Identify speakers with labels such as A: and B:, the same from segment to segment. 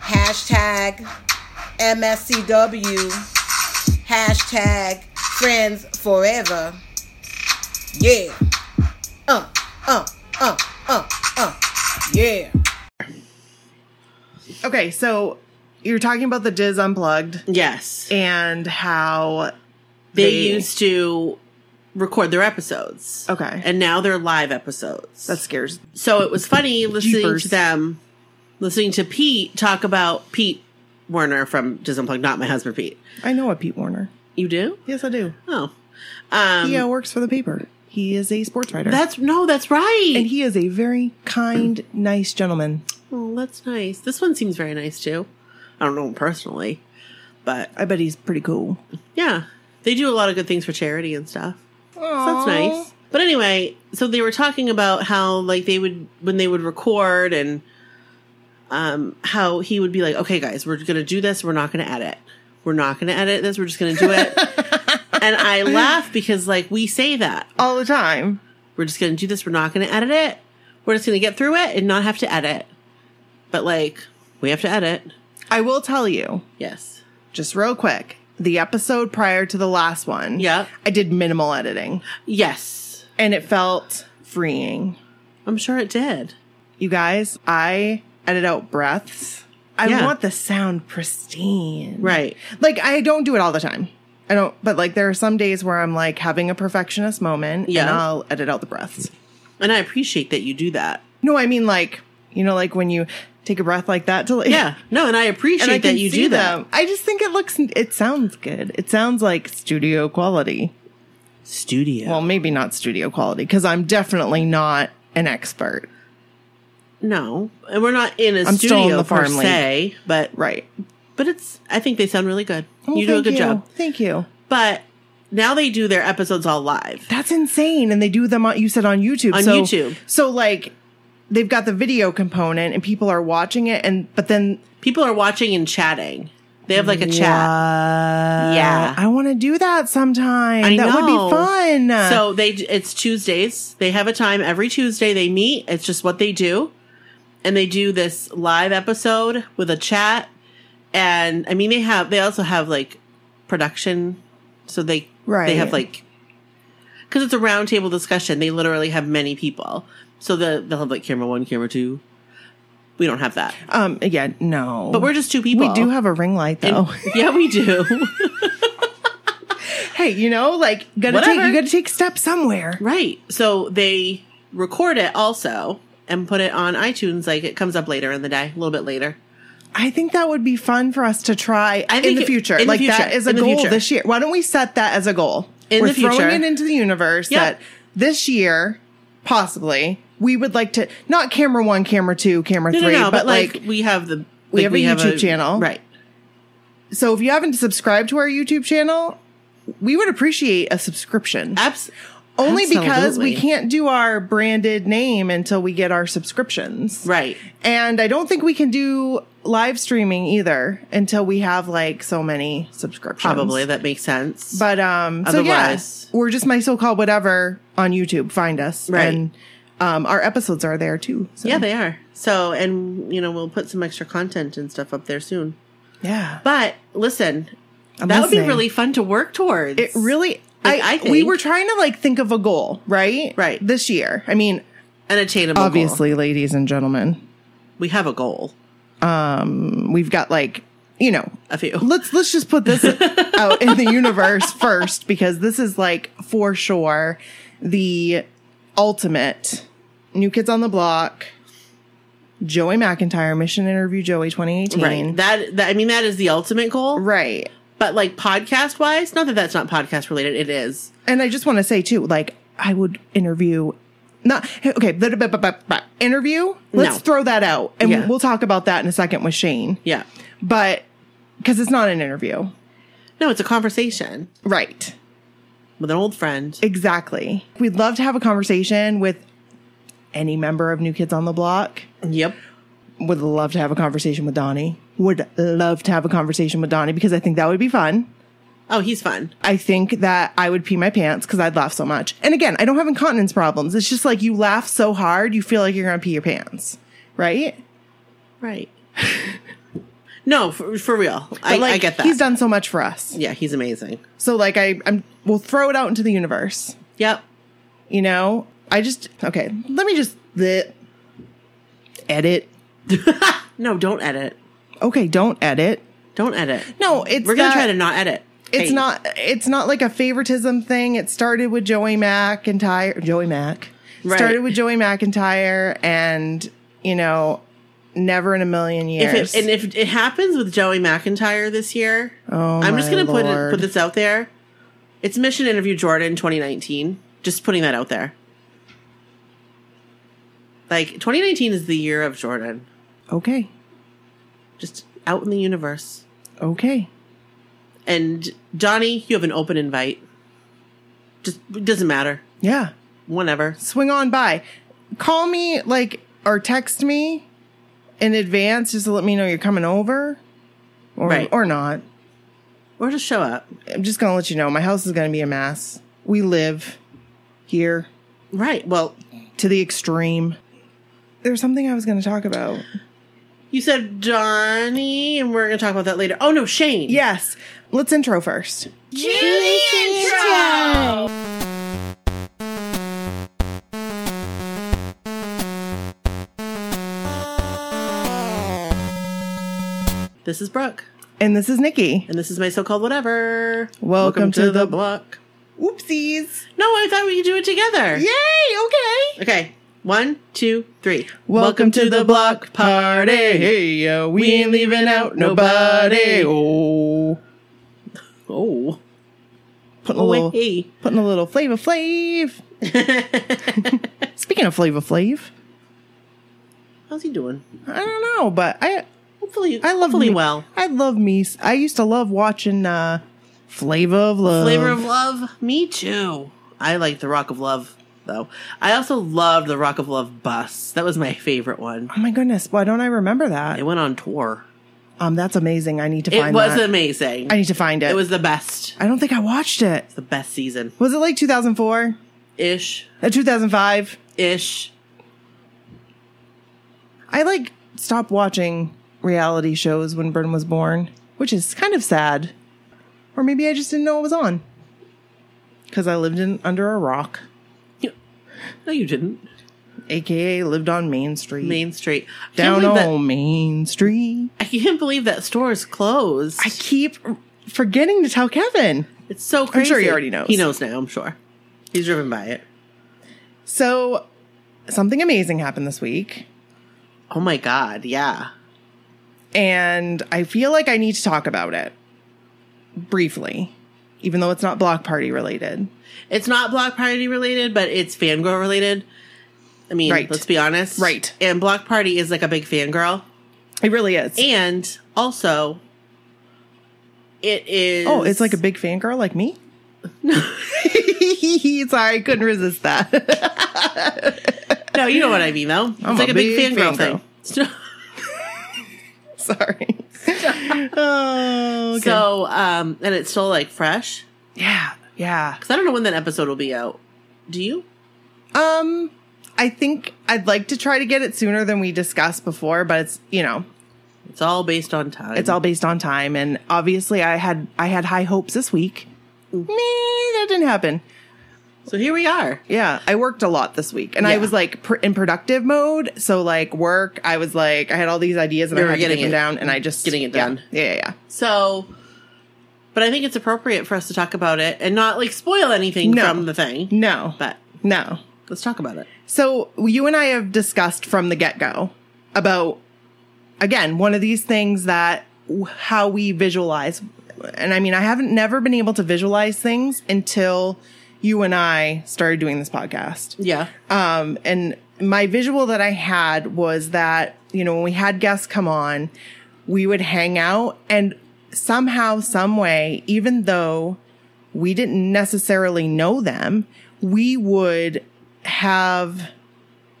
A: Hashtag MSCW. Hashtag friends forever. Yeah. Uh, uh, uh, uh, uh. Yeah.
B: Okay, so you're talking about the Diz Unplugged
C: Yes.
B: and how
C: they,
B: they-
C: used to record their episodes.
B: Okay.
C: And now they're live episodes.
B: that scares.
C: so it was funny listening
B: Jeepers.
C: to them listening to Pete talk about Pete Werner from Diz Unplugged, not my husband Pete.
B: I know a Pete Warner.
C: You do?
B: Yes, I do.
C: Oh. Um
B: he uh, works for the paper. He is a sports writer.
C: that's no, that's right.
B: and he is a very kind, nice gentleman.
C: oh, that's nice. This one seems very nice too. I don't know him personally, but
B: I bet he's pretty cool.
C: yeah. They do a lot of good things for charity and stuff. So
B: Aww.
C: that's nice. But anyway, so they were talking about how like they would when they would record and um how he would be like, "Okay guys, we're going to do this. We're not going to edit. We're not going to edit this. We're just going to do it." and I laugh because like we say that.
B: all the time.
C: We're just going to do this. We're not going to edit it. We're just going to get through it and not have to edit. But like we have to edit.
B: I will tell you,
C: Yes.
B: just real quick, the episode prior to the last one,
C: Yeah.
B: I did minimal editing
C: Yes.
B: and it felt freeing.
C: I'm sure it did.
B: You guys, I edit out breaths. I
C: Yeah.
B: want the sound pristine.
C: Right.
B: Like I don't do it all the time. I don't but like there are some days where I'm like having a perfectionist moment and
C: Yeah.
B: I'll edit out the breaths.
C: And I appreciate that you do that.
B: No, I mean like, you know like when you take a breath like that to like
C: Yeah. No, and I appreciate
B: and I
C: that you do that.
B: I just think it looks it sounds good. It sounds like studio quality.
C: Studio.
B: Well, maybe not studio quality cuz I'm definitely not an expert.
C: No, and we're not in a
B: I'm still
C: studio
B: in the
C: per
B: farm league.
C: se, but
B: Right.
C: but it's. I think they sound really good.
B: Well,
C: you
B: Oh,
C: do a
B: thank
C: good job.
B: Thank you.
C: But now they do their episodes all live.
B: That's insane. And they do them on, you said on YouTube.
C: On
B: so,
C: YouTube.
B: So like they've got the video component and people are watching it. And, but then
C: People are watching and chatting. They have like a chat.
B: yeah, I want to do that sometime.
C: I
B: that would
C: know.
B: be fun.
C: So they it's Tuesdays. They have a time every Tuesday. They meet. It's just what they do, and they do this live episode with a chat. And I mean, they have they also have like production, so they they
B: Right.
C: have like because it's a roundtable discussion. They literally have many people, so the they'll have like camera one, camera two. We don't have that,
B: um, yeah, no,
C: but we're just two people.
B: we do have a ring light though.
C: yeah, we do.
B: hey, you know, like gotta
C: Whatever.
B: take, you gotta take steps somewhere.
C: Right. So they record it also and put it on iTunes. Like it comes up later in the day, a little bit later.
B: I think that would be fun for us to try
C: I
B: in
C: think
B: the
C: it-
B: future.
C: in the
B: like that
C: future.
B: is a
C: In the
B: goal
C: future.
B: this year. Why don't we set that as a goal?
C: In
B: We're
C: the future.
B: throwing it into the universe
C: Yep.
B: that this year, possibly, we would like to not camera one, camera two, camera
C: No,
B: three,
C: no, no.
B: but, like,
C: we have the
B: we
C: like,
B: have a YouTube channel.
C: right?
B: so if you haven't subscribed to our YouTube channel, we would appreciate a subscription.
C: Abs-
B: Only because we
C: absolutely.
B: can't do our branded name until we get our subscriptions.
C: right.
B: And I don't think we can do live streaming either until we have like so many subscriptions.
C: Probably that makes sense.
B: But um so
C: Otherwise-
B: yes, we're just my so-called whatever on YouTube. Find us.
C: Right.
B: And um our episodes are there too. So
C: yeah, they are. So and you know we'll put some extra content and stuff up there soon.
B: yeah.
C: But listen,
B: I'm
C: that would
B: listening.
C: be really fun to work towards.
B: It really
C: Like,
B: I,
C: I think-
B: we were trying to like think of a goal, right?
C: Right.
B: This year. I mean,
C: an attainable. goal.
B: obviously, ladies and gentlemen,
C: we have a goal.
B: we've got like, you know,
C: A few.
B: let's let's just put this out in the universe first because this is like for sure the ultimate new kids on the block joey mcintyre mission interview joey 2018
C: Right. That, that I mean that is the ultimate goal.
B: right
C: But like podcast wise, not that that's not podcast related. It is.
B: and i just want to say too like i would interview not okay blah, blah, blah, blah, blah. interview let's
C: No.
B: throw that out and
C: Yeah.
B: we'll talk about that in a second with shane
C: Yeah.
B: but because it's not an interview.
C: No, it's a conversation
B: Right.
C: with an old friend.
B: Exactly. We'd love to have a conversation with any member of New Kids on the Block.
C: Yep.
B: Would love to have a conversation with Donnie. Would love to have a conversation with Donnie because I think that would be fun.
C: Oh, he's fun.
B: I think that I would pee my pants because I'd laugh so much. And again, I don't have incontinence problems. It's just like you laugh so hard, you feel like you're going to pee your pants. Right?
C: Right. no, for, for real. I,
B: But, like,
C: I get that.
B: He's done so much for us.
C: yeah, he's amazing.
B: So like I, I'm, we'll throw it out into the universe.
C: Yep.
B: You know, I just, okay, let me just bleh, edit.
C: No, don't edit.
B: Okay. Don't edit.
C: Don't edit.
B: No, it's
C: We're going
B: that-
C: to try to not edit.
B: It's
C: Hey,
B: not. It's not like a favoritism thing. It started with Joey McIntyre. Joey Mac
C: Right.
B: started with Joey McIntyre, and you know, never in a million years.
C: If it, and if it happens with Joey McIntyre this year,
B: Oh,
C: I'm just
B: my
C: going to put it,
B: Lord.
C: put this out there. It's Mission Interview Jordan 2019. Just putting that out there. Like 2019 is the year of Jordan.
B: okay,
C: Just out in the universe.
B: okay,
C: And Donnie, you have an open invite. Just it doesn't matter.
B: yeah,
C: Whenever.
B: swing on by. Call me like or text me in advance just to let me know you're coming over, or
C: Right.
B: or not.
C: Or just show up.
B: I'm just gonna let you know my house is gonna be a mess. We live here
C: Right. Well,
B: to the extreme. There's something I was gonna talk about.
C: you said Donnie, and we're going to talk about that later. Oh, no, Shane.
B: Yes. Let's intro first.
C: This is Brooke.
B: And this is Nikki.
C: And this is my so called whatever.
B: Welcome to the-
C: block.
B: Oopsies.
C: No, I thought we could do it together.
B: Yay. Okay.
C: Okay. One, two, three.
B: Welcome to the block party. Hey, uh, we ain't leaving out nobody. Oh.
C: Oh.
B: Putting a
C: Oh,
B: little,
C: hey.
B: putting a little flavor flav. Speaking of flavor flav,
C: How's he doing?
B: I don't know, but I
C: Hopefully,
B: I love
C: hopefully
B: me-
C: well.
B: I love me. I used to love watching uh, Flavor of Love.
C: Flavor of Love. Me too. I like the Rock of Love, though. I also loved the Rock of Love bus. That was my favorite one.
B: Oh my goodness! Why don't I remember that?
C: It went on tour.
B: Um, that's amazing. I need to find
C: it was
B: that.
C: amazing.
B: I need to find it.
C: it was the best.
B: I don't think I watched it.
C: The best season.
B: Was it like 2004?
C: Ish.
B: Uh, 2005?
C: Ish.
B: I like stopped watching reality shows when Bren was born, which is kind of sad. Or maybe I just didn't know it was on because I lived in under a rock,
C: No, you didn't.
B: aka lived on Main Street,
C: Main Street. I can't
B: down
C: believe
B: on
C: that-
B: Main Street.
C: I can't believe that store is closed.
B: I keep forgetting to tell Kevin.
C: It's so crazy.
B: sure he already knows.
C: He knows now, I'm sure. He's driven by it.
B: So something amazing happened this week,
C: Oh my god, yeah.
B: and I feel like I need to talk about it briefly, even though it's not block party related.
C: It's not Block Party related, but it's fangirl related. I mean,
B: Right.
C: let's be honest.
B: Right.
C: And Block Party is like a big fangirl.
B: It really is.
C: And also, it is.
B: Oh, it's like a big fan girl like me? Sorry, I couldn't resist that.
C: No, you know what I mean, though. It's
B: I'm
C: like
B: a
C: a, big,
B: big fangirl.
C: fangirl, thing.
B: Sorry. oh, okay.
C: So, um, and it's still like fresh.
B: yeah, yeah.
C: Because I don't know when that episode will be out. Do you?
B: Um, I think I'd like to try to get it sooner than we discussed before, but it's you know
C: It's all based on time.
B: it's all based on time, and obviously I had I had high hopes this week. Me, that didn't happen.
C: So here we are.
B: Yeah, I worked a lot this week, and I
C: Yeah.
B: was like pr- in productive mode. So like work, I was like I had all these ideas, and
C: You
B: I
C: were
B: had to get
C: getting
B: them
C: it-
B: down, and I just
C: getting it
B: yeah.
C: done.
B: Yeah, yeah, yeah.
C: So, but I think it's appropriate for us to talk about it and not like spoil anything
B: No.
C: from the thing.
B: No,
C: But
B: no.
C: let's talk about it.
B: So you and I have discussed from the get go about again one of these things that w- how we visualize, and I mean I haven't never been able to visualize things until you and I started doing this podcast.
C: Yeah.
B: Um, and my visual that I had was that, you know, when we had guests come on, we would hang out and somehow, some way, even though we didn't necessarily know them, we would have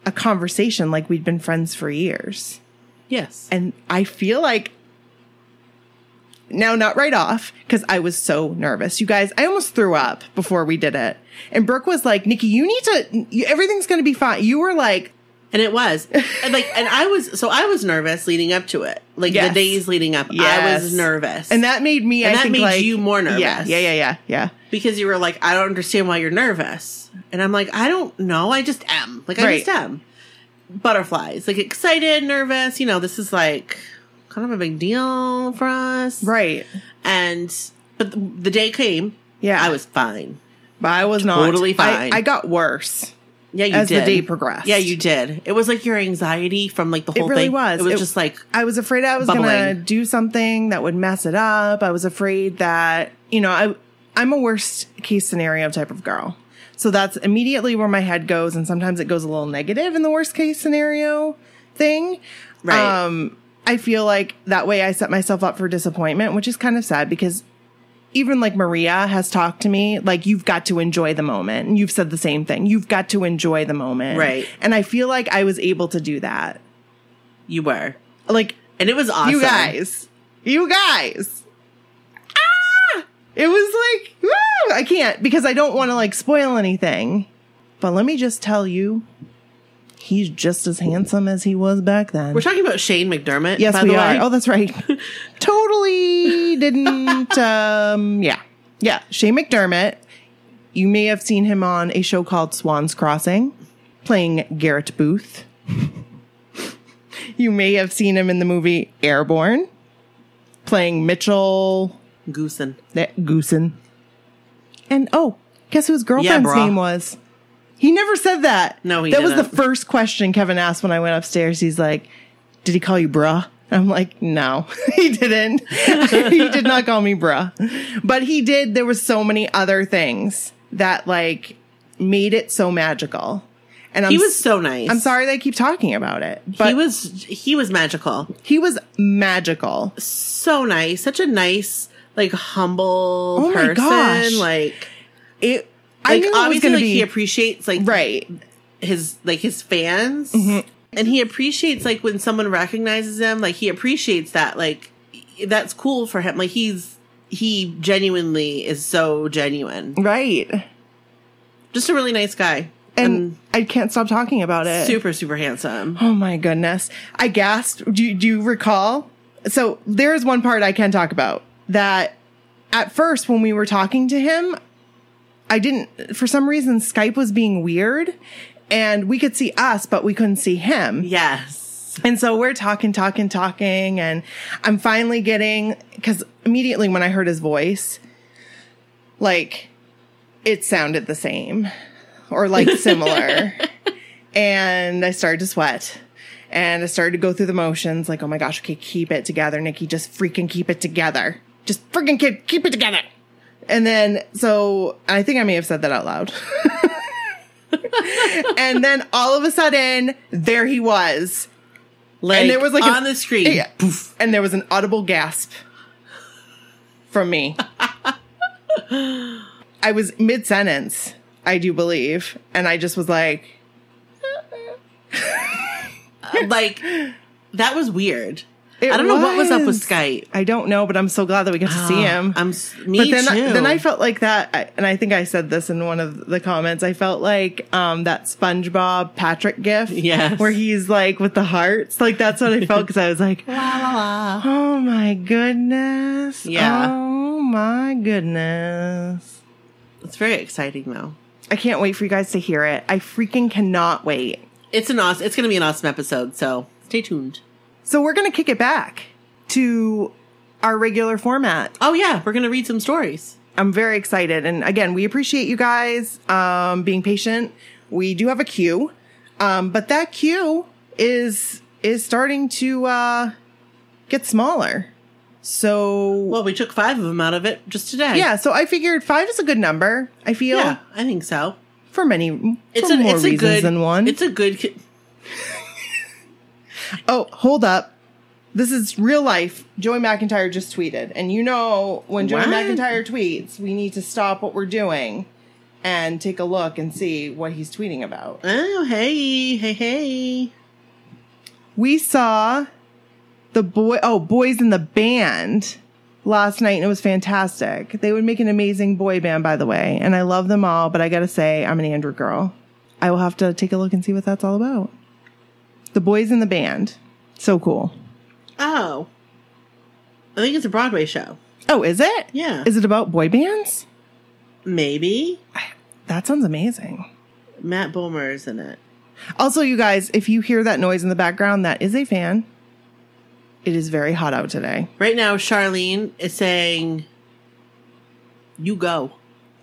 B: a conversation like we'd been friends for years.
C: Yes.
B: And I feel like now, not right off, because I was so nervous. You guys, I almost threw up before we did it. And Brooke was like, Nikki, you need to, you, everything's going to be fine. You were like,
C: And it was. and like and I was so I was nervous leading up to it. Like
B: Yes.
C: the days leading up, I
B: Yes.
C: was nervous.
B: and that made me,
C: And
B: I
C: that
B: think,
C: made
B: like-
C: you more nervous.
B: Yeah, yeah, yeah, yeah, yeah.
C: because you were like, I don't understand why you're nervous. And I'm like, I don't know. I just am. Like, I
B: Right.
C: just am. Butterflies. Like, excited, nervous. You know, this is like kind of a big deal for us.
B: Right.
C: And, but the, the day came.
B: Yeah.
C: I was fine.
B: But I was not.
C: Totally
B: I-
C: fine.
B: I, got worse
C: Yeah, you
B: as
C: did.
B: the day progressed.
C: Yeah, you did. It was like your anxiety from like the
B: It
C: whole
B: really
C: thing.
B: was.
C: It was
B: It-
C: just like,
B: I was afraid I was going to
C: Bubbling.
B: do something that would mess it up. I was afraid that, you know, I I'm a worst case scenario type of girl. So that's immediately where my head goes and sometimes it goes a little negative in the worst case scenario thing.
C: Right.
B: Um I feel like that way I set myself up for disappointment, which is kind of sad because even like Maria has talked to me, like you've got to enjoy the moment. And you've said the same thing. You've got to enjoy the moment.
C: Right.
B: And I feel like I was able to do that.
C: you were.
B: Like
C: And it was awesome.
B: you guys. You guys. Ah! It was like, woo! I can't because I don't want to like spoil anything. But let me just tell you, he's just as handsome as he was back then.
C: We're talking about Shane McDermott.
B: yes,
C: by
B: we
C: the
B: are.
C: Way.
B: Oh, that's right. totally didn't. um Yeah, yeah. Shane McDermott. You may have seen him on a show called Swan's Crossing, playing Garrett Booth. you may have seen him in the movie Airborne, playing Mitchell
C: Goosen.
B: that Goosen. And oh, guess whose girlfriend's
C: brah.
B: name was? He never said that.
C: No, he
B: that was
C: didn't.
B: the first question Kevin asked when I went upstairs. He's like, "Did he call you bruh?" I'm like, "No, he didn't. he did not call me bruh." But he did. There was so many other things that like made it so magical. And I'm,
C: He was so nice.
B: I'm sorry that I keep talking about it, but
C: he was he was magical.
B: he was magical.
C: so nice, such a nice, like humble
B: Oh my
C: person.
B: gosh.
C: Like,
B: It. I
C: like
B: knew it was
C: obviously,
B: going
C: like
B: to be
C: he appreciates like
B: right. Mm-hmm.
C: his like his fans, and he appreciates like when someone recognizes him. Like he appreciates that. Like that's cool for him. Like he's he genuinely is so genuine.
B: Right.
C: Just a really nice guy,
B: and I can't stop talking about it.
C: super super handsome.
B: Oh my goodness. I gasped. Do, you- do you recall? So there is one part I can talk about that at first when we were talking to him, I didn't, for some reason, Skype was being weird and we could see us, but we couldn't see him.
C: Yes,
B: And so we're talking, talking, talking. And I'm finally getting, because immediately when I heard his voice, like it sounded the same or like similar. and I started to sweat. And I started to go through the motions like, oh my gosh, okay, keep it together, Nikki. Just freaking keep it together. Just freaking keep, keep it together. And then, so I think I may have said that out loud. and then all of a sudden, there he was.
C: like
B: there was, like,
C: on
B: an-
C: the screen.
B: Yeah. And there was an audible gasp from me. I was mid sentence, I do believe. And I just was like,
C: Uh, like that was weird.
B: It
C: I don't know what was up with
B: was.
C: Skype.
B: I don't know, but I'm so glad that we got to see
C: Oh,
B: him.
C: I'm s- me
B: but then,
C: too.
B: then I felt like that, I- and I think I said this in one of the comments. I felt like um, that SpongeBob Patrick gif,
C: Yes.
B: where he's like with the hearts. Like that's what I felt because I was like, "Oh my goodness,
C: Yeah.
B: oh my goodness."
C: It's very exciting though.
B: I can't wait for you guys to hear it. I freaking cannot wait.
C: It's an awesome. It's going to be an awesome episode. So stay tuned.
B: So we're gonna kick it back to our regular format.
C: Oh yeah, we're going to read some stories.
B: I'm very excited. And again, we appreciate you guys um, being patient. We do have a queue, um, but that queue is is starting to uh, get smaller. So
C: Well, we took five of them out of it just today.
B: yeah, so I figured five is a good number. I feel
C: yeah, I think so.
B: for many
C: It's
B: for
C: a
B: more
C: it's a
B: reasons
C: good
B: than one.
C: It's a good. ki-
B: oh, hold up. This is real life. Joey McIntyre just tweeted. And you know, when Joey
C: What?
B: McIntyre tweets, we need to stop what we're doing and take a look and see what he's tweeting about.
C: Oh, hey, hey, hey.
B: we saw the boy oh boys in the band last night and it was fantastic they would make an amazing boy band by the way and i love them all but i gotta say i'm an andrew girl i will have to take a look and see what that's all about the boys in the band so cool
C: Oh. I think it's a Broadway show.
B: oh is it
C: Yeah.
B: is it about boy bands
C: Maybe.
B: that sounds amazing
C: Matt Bomer is in it.
B: also you guys if you hear that noise in the background that is a fan it is very hot out today
C: Right now, Charlene is saying, "You go,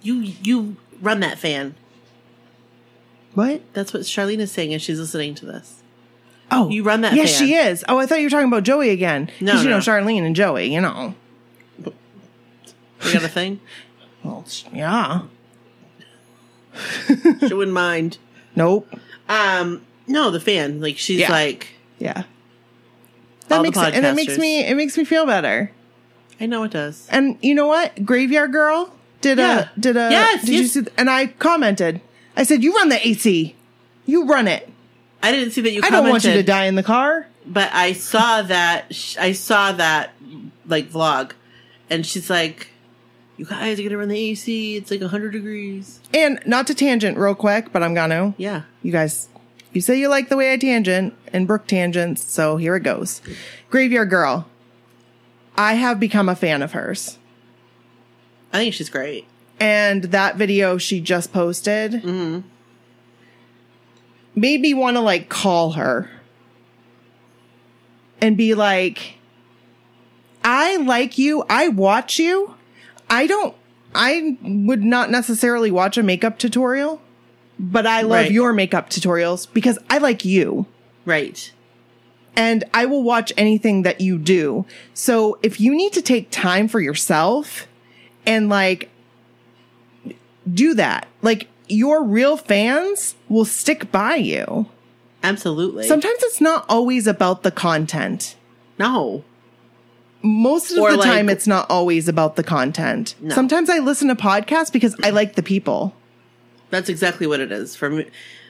C: you you run that fan."
B: what
C: That's what Charlene is saying, and she's listening to this.
B: Oh,
C: You run that
B: Yes,
C: fan.
B: she is. Oh, I thought you were talking about Joey again.
C: No,
B: 'Cause you
C: no.
B: know Charlene and Joey. You know.
C: You got a thing?
B: Well, sh- yeah.
C: she wouldn't mind.
B: Nope.
C: Um, no, the fan. Like she's
B: Yeah.
C: like,
B: Yeah. That
C: All the
B: makes it, and that makes
C: podcasters.
B: me it makes me feel better.
C: I know it does.
B: And you know what? Graveyard Girl did
C: Yeah.
B: a did a
C: Yes,
B: did you
C: yes.
B: see? th- And I commented. I said, "You run the AC. You run it.
C: I didn't see that you.
B: I
C: Commented,
B: don't want you to die in the car."
C: But I saw that. sh- I saw that like vlog, and she's like, "You guys are gonna run the AC. It's like hundred degrees."
B: And not to tangent real quick, but I'm gonna.
C: Yeah.
B: You guys, you say you like the way I tangent and Brooke tangents, so here it goes. Graveyard Girl. I have become a fan of hers.
C: I think she's great.
B: And that video she just posted made me want to like call her and be like, I like you. I watch you. I don't, I would not necessarily watch a makeup tutorial, but I love
C: Right.
B: your makeup tutorials because I like you
C: Right.
B: and I will watch anything that you do. So if you need to take time for yourself and like do that, like your real fans will stick by you.
C: Absolutely.
B: Sometimes it's not always about the content.
C: no.
B: Most of
C: Or,
B: the
C: like-
B: time, it's not always about the content.
C: No.
B: Sometimes I listen to podcasts because I like the people,
C: That's exactly what it is for me.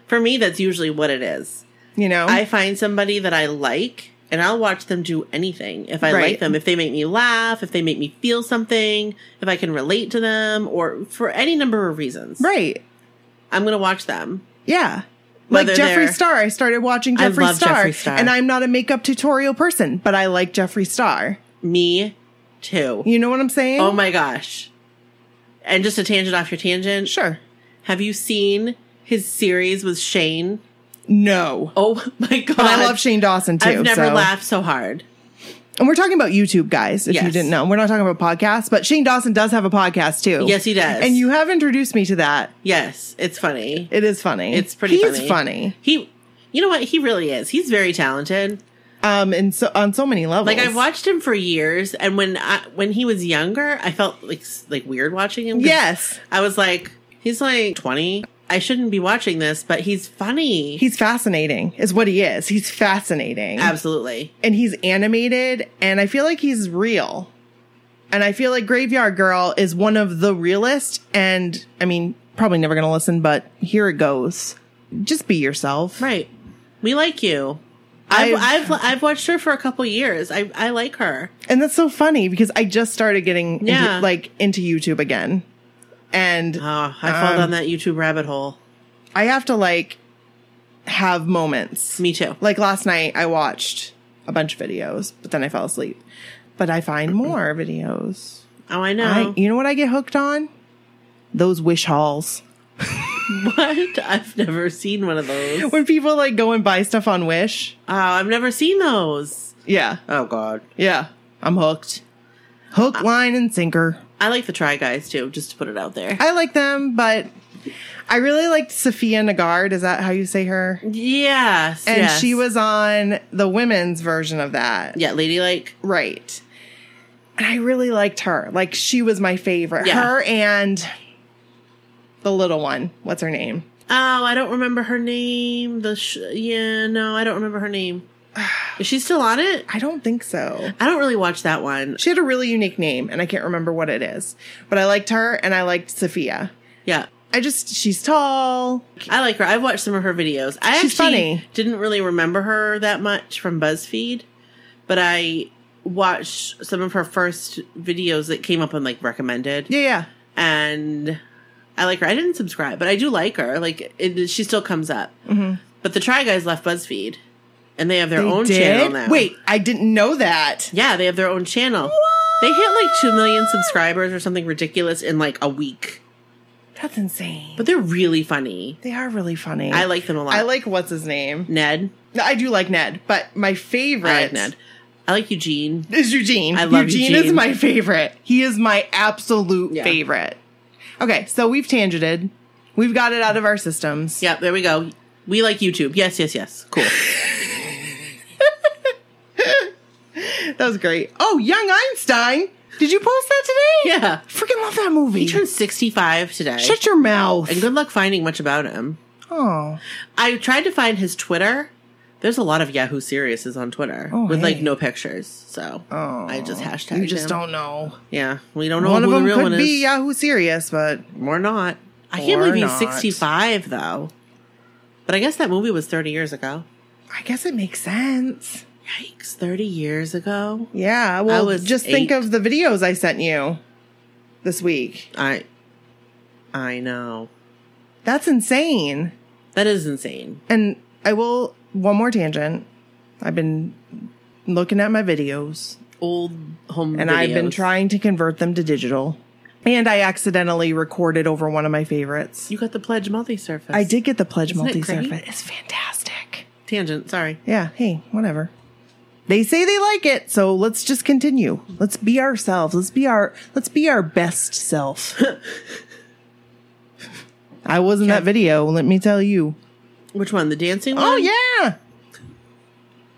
C: For me, that's usually what it is.
B: you know?
C: I find somebody that I like, and I'll watch them do anything if I
B: Right.
C: like them. If they make me laugh, if they make me feel something, if I can relate to them, or for any number of reasons,
B: right.
C: I'm gonna watch them.
B: Yeah.
C: Whether
B: like Jeffree
C: they're-
B: Star. I started watching
C: I
B: Jeffree
C: love
B: Star,
C: Jeffree Star.
B: And I'm not a makeup tutorial person, but I like Jeffree Star.
C: Me too.
B: You know what I'm saying?
C: Oh my gosh! And just a tangent off your tangent.
B: Sure.
C: Have you seen his series with Shane?
B: No.
C: Oh my god!
B: But I love Shane Dawson too.
C: I've never
B: so-
C: laughed so hard.
B: And we're talking about YouTube, guys, if you
C: Yes.
B: didn't know. We're not talking about podcasts, but Shane Dawson does have a podcast too.
C: Yes, he does.
B: And you have introduced me to that.
C: Yes, it's funny.
B: It is funny.
C: It's pretty
B: He's
C: funny.
B: funny.
C: He, you know what? He really is. He's very talented.
B: Um, and so on so many levels.
C: Like I've watched him for years, and when I, when he was younger, I felt like s- like weird watching him. 'cause
B: Yes.
C: I was like, he's like twenty. I shouldn't be watching this, but he's funny.
B: He's fascinating, is what he is. He's fascinating.
C: absolutely
B: and he's animated and I feel like he's real. And I feel like Graveyard Girl is one of the realest and I mean, probably never going to listen, but here it goes. Just be yourself.
C: right. We like you. I've,
B: I've-
C: I've I've watched her for a couple years. I I like her.
B: And that's so funny because I just started getting
C: Yeah.
B: into, like into YouTube again. And
C: Oh, I fall
B: Um,
C: down that YouTube rabbit hole.
B: I have to like have moments.
C: Me too.
B: Like last night I watched a bunch of videos, but then I fell asleep. But I find more videos.
C: Oh, I know.
B: I, you know what I get hooked on? Those wish hauls.
C: what? I've never seen one of those. Oh,
B: When people like go and buy stuff on Wish.
C: I've never seen those.
B: Yeah.
C: Oh God.
B: Yeah. I'm hooked. Hook,
C: Uh,
B: line, and sinker.
C: I like the Try Guys too, just to put it out there.
B: I like them, but I really liked Sophia Nagard. Is that how you say her?
C: yes.
B: And
C: yes.
B: she was on the women's version of that.
C: Yeah, Ladylike.
B: Right. And I really liked her. Like she was my favorite.
C: Yeah.
B: Her and the little one. What's her name?
C: Oh, I don't remember her name. The sh- yeah, no, I don't remember her name. Is she still on it?
B: I don't think so.
C: I don't really watch that one.
B: She had a really unique name, and I can't remember what it is. But I liked her, and I liked Sophia.
C: Yeah.
B: I just she's tall.
C: I like her. I've watched some of her videos. I
B: She's
C: actually
B: funny.
C: didn't really remember her that much from BuzzFeed, but I watched some of her first videos that came up on like recommended,
B: Yeah, yeah.
C: and I like her. I didn't subscribe, but I do like her. Like it, she still comes up. But the Try Guys left BuzzFeed, and they have their
B: Mm-hmm. They
C: own
B: did?
C: channel now.
B: Wait, I didn't know that.
C: yeah, they have their own channel. They hit like two million subscribers or something ridiculous in like a week,
B: That's insane. But
C: but they're really funny.
B: they are really funny.
C: I like them a lot.
B: I like what's his name.
C: Ned.
B: No, I do like Ned, but my favorite
C: I like Ned. I like Eugene.
B: is Eugene.
C: I love
B: Eugene is
C: Eugene.
B: my favorite. He is my absolute
C: Yeah.
B: favorite. Okay, so we've tangented. We've got it out of our systems.
C: Yeah, there we go. We like YouTube. Yes, yes, yes. Cool.
B: That was great. Oh, Young Einstein. Did you post that today?
C: Yeah.
B: Freaking love that movie.
C: He turned 65 today.
B: Shut your mouth.
C: and good luck finding much about him.
B: oh.
C: I tried to find his Twitter. There's a lot of Yahoo Seriouses on Twitter
B: Oh,
C: with like
B: hey.
C: no pictures. So
B: Oh.
C: I just hashtagged
B: You just
C: him.
B: don't know.
C: Yeah, we don't know
B: one
C: who
B: of them
C: the real
B: could
C: one
B: be
C: is.
B: Yahoo Serious, but
C: We're not. I can't
B: Or
C: believe he's
B: not.
C: 65 though. But I guess that movie was 30 years ago.
B: I guess it makes sense.
C: Yikes, 30 years ago.
B: Yeah. Well,
C: was
B: just think
C: eight.
B: of the videos I sent you this week.
C: I I know.
B: That's insane.
C: That is insane.
B: And I will one more tangent. I've been looking at my videos
C: Old home
B: and I've been
C: videos.
B: trying to convert them to digital. And I accidentally recorded over one of my favorites.
C: You got the Pledge multi surface.
B: I did get the Pledge
C: Isn't it
B: Multi
C: great?
B: Surface. It's fantastic.
C: Tangent, sorry.
B: Yeah, hey, whatever. They say they like it, so let's just continue. Let's be ourselves. Let's be our let's be our best self. I was in that video, let me tell you.
C: Which one? The dancing one?
B: Oh yeah.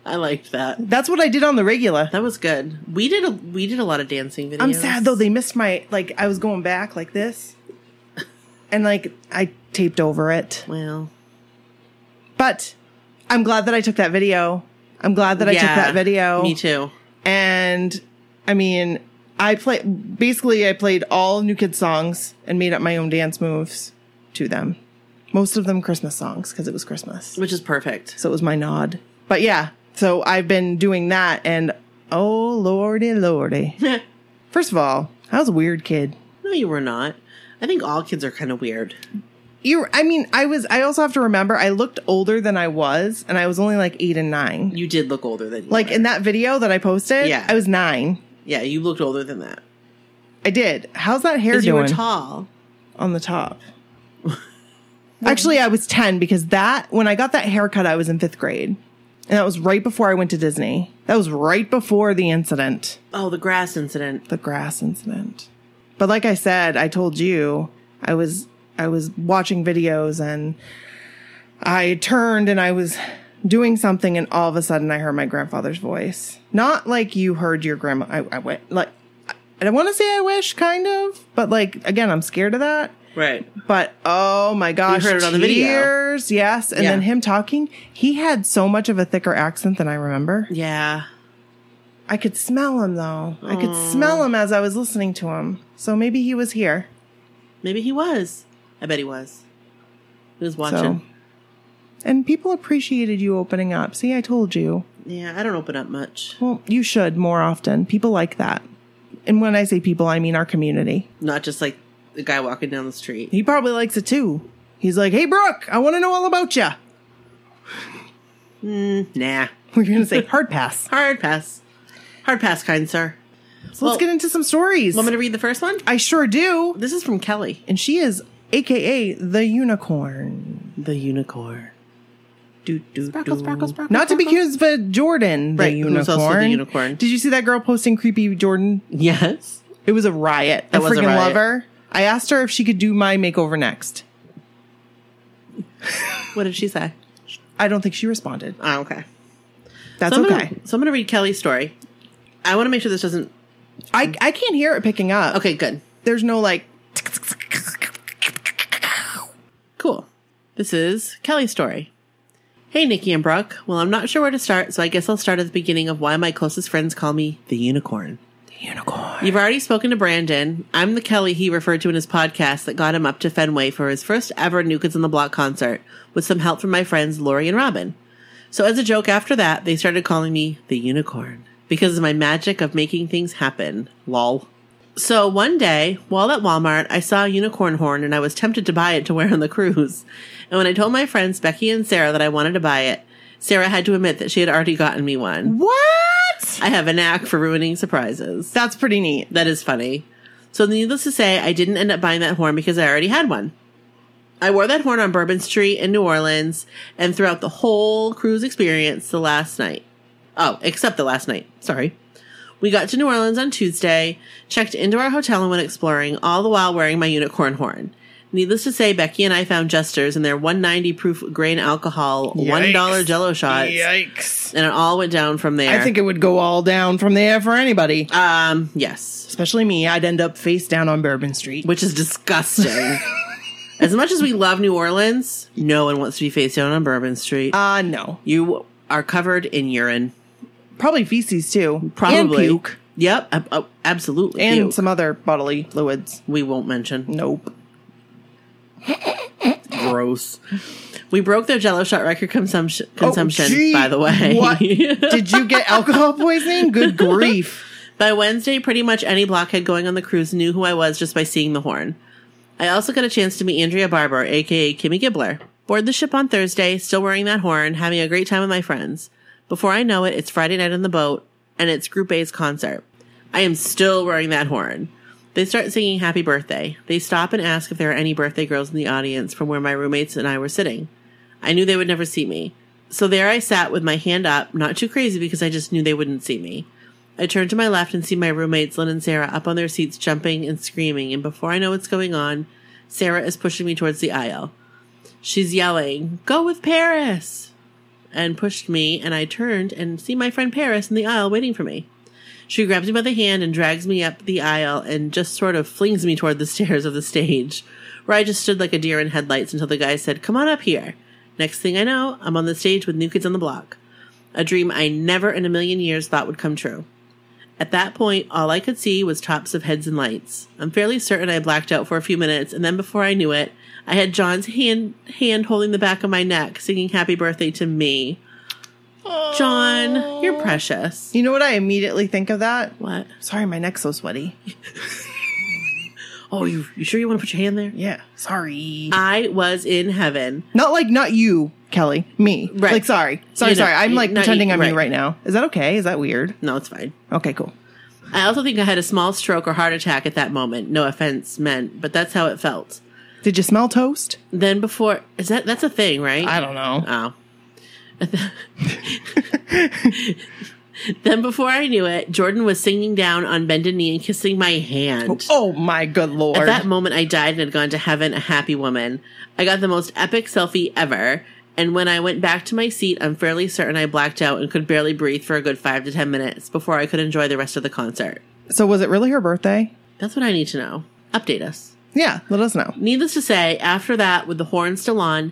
C: I liked that.
B: That's what I did on the regular.
C: That was good. We did a we did a lot of dancing videos.
B: I'm sad though they missed my like I was going back like this. And like I taped over it.
C: Well,
B: But I'm glad that I took that video. I'm glad that I took
C: yeah,
B: that video.
C: Me too.
B: and I mean, I play basically I played all New Kids songs and made up my own dance moves to them. Most of them Christmas songs because it was Christmas,
C: Which is perfect.
B: so it was my nod. But yeah, so I've been doing that, and oh lordy, lordy.
C: no,
B: First of all, I was a weird kid.
C: you were not. I think all kids are kind of weird.
B: You, I mean, I was. I also have to remember I looked older than I was, and I was only like eight and nine.
C: You did look older than you
B: Like
C: were.
B: in that video that I posted,
C: Yeah.
B: I was nine.
C: yeah, you looked older than that
B: I did. How's that hair
C: because you were
B: doing?
C: tall.
B: on the top. Actually, I was 10 because that, when I got that haircut, I was in fifth grade. And that was right before I went to Disney. That was right before the incident,
C: Oh, the grass incident.
B: the grass incident. But like I said, I told you, I was, I was watching videos and I turned and I was doing something and all of a sudden I heard my grandfather's voice. Not like you heard your grandma. I, I went like, I- I want to say I wish kind of, but like, again, I'm scared of that.
C: Right.
B: But oh my gosh,
C: heard it on the video.
B: tears, yes. And
C: Yeah.
B: then him talking, he had so much of a thicker accent than I remember.
C: Yeah.
B: I could smell him though. I could smell him as I was listening to him. So maybe he was here.
C: Maybe he was. I bet he was. He was
B: So.
C: watching.
B: And people appreciated you opening up. See, I told you.
C: Yeah, I don't open up much.
B: Well, you should more often. People like that. And when I say people, I mean our community.
C: Not just like the guy walking down the street.
B: He probably likes it too. He's like, "Hey, Brooke, I want to know all about you."
C: Mm, nah.
B: We're gonna say hard pass.
C: Hard pass. Hard pass, kind sir.
B: So let's get into some stories.
C: Want me to read the first one?
B: I sure do.
C: This is from Kelly.
B: and she is aka the unicorn
C: The unicorn. Do, do,
A: Sparkle, sparkle, sparkle.
B: not to be confused with jordan the
C: Right,
B: unicorn.
C: who's also the unicorn.
B: did you see that girl posting creepy jordan
C: Yes.
B: it was a riot i
C: That was a
B: freaking
C: riot.
B: love her i asked her if she could do my makeover next
C: What did she say?
B: i don't think she responded
C: Oh, okay.
B: Ah, that's
C: so I'm
B: okay
C: Gonna, so I'm going to read Kelly's story. I want to make sure this doesn't.
B: I, I can't hear it picking up
C: Okay, good.
B: there's no like
C: Cool. This is Kelly's story. Hey, Nikki and Brooke. Well, I'm not sure where to start, so I guess I'll start at the beginning of why my closest friends call me the unicorn.
B: Unicorn.
C: You've already spoken to Brandon. I'm the Kelly he referred to in his podcast that got him up to Fenway for his first ever New Kids on the Block concert with some help from my friends Lori and Robin. So as a joke after that, they started calling me the unicorn because of my magic of making things happen. Lol. So one day, while at Walmart, I saw a unicorn horn and I was tempted to buy it to wear on the cruise. And when I told my friends Becky and Sarah that I wanted to buy it, Sarah had to admit that she had already gotten me one.
B: What?
C: I have a knack for ruining surprises.
B: That's pretty neat.
C: That is funny. So, needless to say, I didn't end up buying that horn because I already had one. I wore that horn on Bourbon Street in New Orleans and throughout the whole cruise experience the last night. Oh, except the last night. Sorry. We got to New Orleans on Tuesday, checked into our hotel, and went exploring, all the while wearing my unicorn horn. Needless to say, Becky and I found Jester's and their 190 proof grain alcohol, $1
B: Yikes.
C: jello shots,
B: Yikes.
C: and it all went down from there.
B: I think it would go all down from there for anybody,
C: Um, yes.
B: especially me. I'd end up face down on Bourbon Street.
C: which is disgusting. as much as we love New Orleans, no one wants to be face down on Bourbon Street.
B: Uh, no.
C: you are covered in urine,
B: Probably feces too.
C: probably
B: And puke.
C: Yep, ab- ab- absolutely.
B: And
C: puke.
B: some other bodily fluids.
C: we won't mention.
B: Nope.
C: Gross. We broke their Jello shot record consumption. Consumption,
B: Oh, gee,
C: by the way.
B: What? Did you get alcohol poisoning? Good grief.
C: By Wednesday, pretty much any blockhead going on the cruise knew who I was just by seeing the horn. I also got a chance to meet Andrea Barber, aka Kimmy Gibbler. Board the ship on Thursday, still wearing that horn, having a great time with my friends. Before I know it, it's Friday night on the boat, and it's Group A's concert. I am still wearing that horn. They start singing Happy Birthday. They stop and ask if there are any birthday girls in the audience from where my roommates and I were sitting. I knew they would never see me. So there I sat with my hand up, not too crazy because I just knew they wouldn't see me. I turn to my left and see my roommates, Lynn and Sarah, up on their seats, jumping and screaming. And before I know what's going on, Sarah is pushing me towards the aisle. She's yelling, Go with Paris! And pushed me, and I turned and see my friend Paris in the aisle waiting for me. She grabs me by the hand and drags me up the aisle and just sort of flings me toward the stairs of the stage, where I just stood like a deer in headlights until the guy said, Come on up here. Next thing I know, I'm on the stage with New Kids on the Block, a dream I never in a million years thought would come true. At that point, all I could see was tops of heads and lights. I'm fairly certain I blacked out for a few minutes, and then before I knew it, I had John's hand hand holding the back of my neck, singing "Happy Birthday" to me. John, you're precious.
B: You know what I immediately think of that?
C: What?
B: Sorry, my neck's so sweaty.
C: Oh, you you sure you want to put your hand there?
B: Yeah. Sorry.
C: I was in heaven.
B: Not like not you, Kelly. Me.
C: Right.
B: Like sorry. Sorry,
C: You know,
B: sorry. I'm
C: you-
B: like
C: not
B: pretending
C: you-
B: I'm you
C: right.
B: right now. Is that okay? Is that weird?
C: No, it's fine.
B: Okay, cool.
C: I also think I had a small stroke or heart attack at that moment. No offense meant, but that's how it felt.
B: Did you smell toast?
C: Then before is that that's a thing, right?
B: I don't know.
C: Oh. then before I knew it, Jordan was singing down on bended knee and kissing my hand.
B: Oh my good
C: At
B: lord.
C: that moment, I died and had gone to heaven a happy woman. I got the most epic selfie ever. And when I went back to my seat, I'm fairly certain I blacked out and could barely breathe for a good five to ten minutes before I could enjoy the rest of the concert.
B: so was it really her birthday?
C: That's what I need to know. Update us.
B: Yeah, let us know.
C: Needless to say, after that, with the horn still on,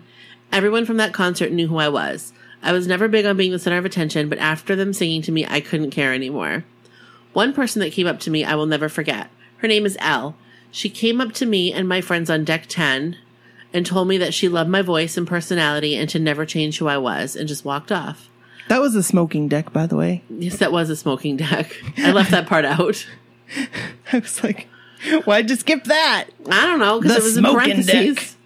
C: everyone from that concert knew who I was. I was never big on being the center of attention, but after them singing to me, I couldn't care anymore. One person that came up to me I will never forget. Her name is Elle. She came up to me and my friends on deck 10 and told me that she loved my voice and personality and to never change who I was and just walked off.
B: That was the smoking deck, by the way.
C: Yes, that was a smoking deck. I left that part out.
B: I was like, why'd you skip that?
C: I don't know
B: The
C: because it was in
B: smoking deck.
C: parentheses.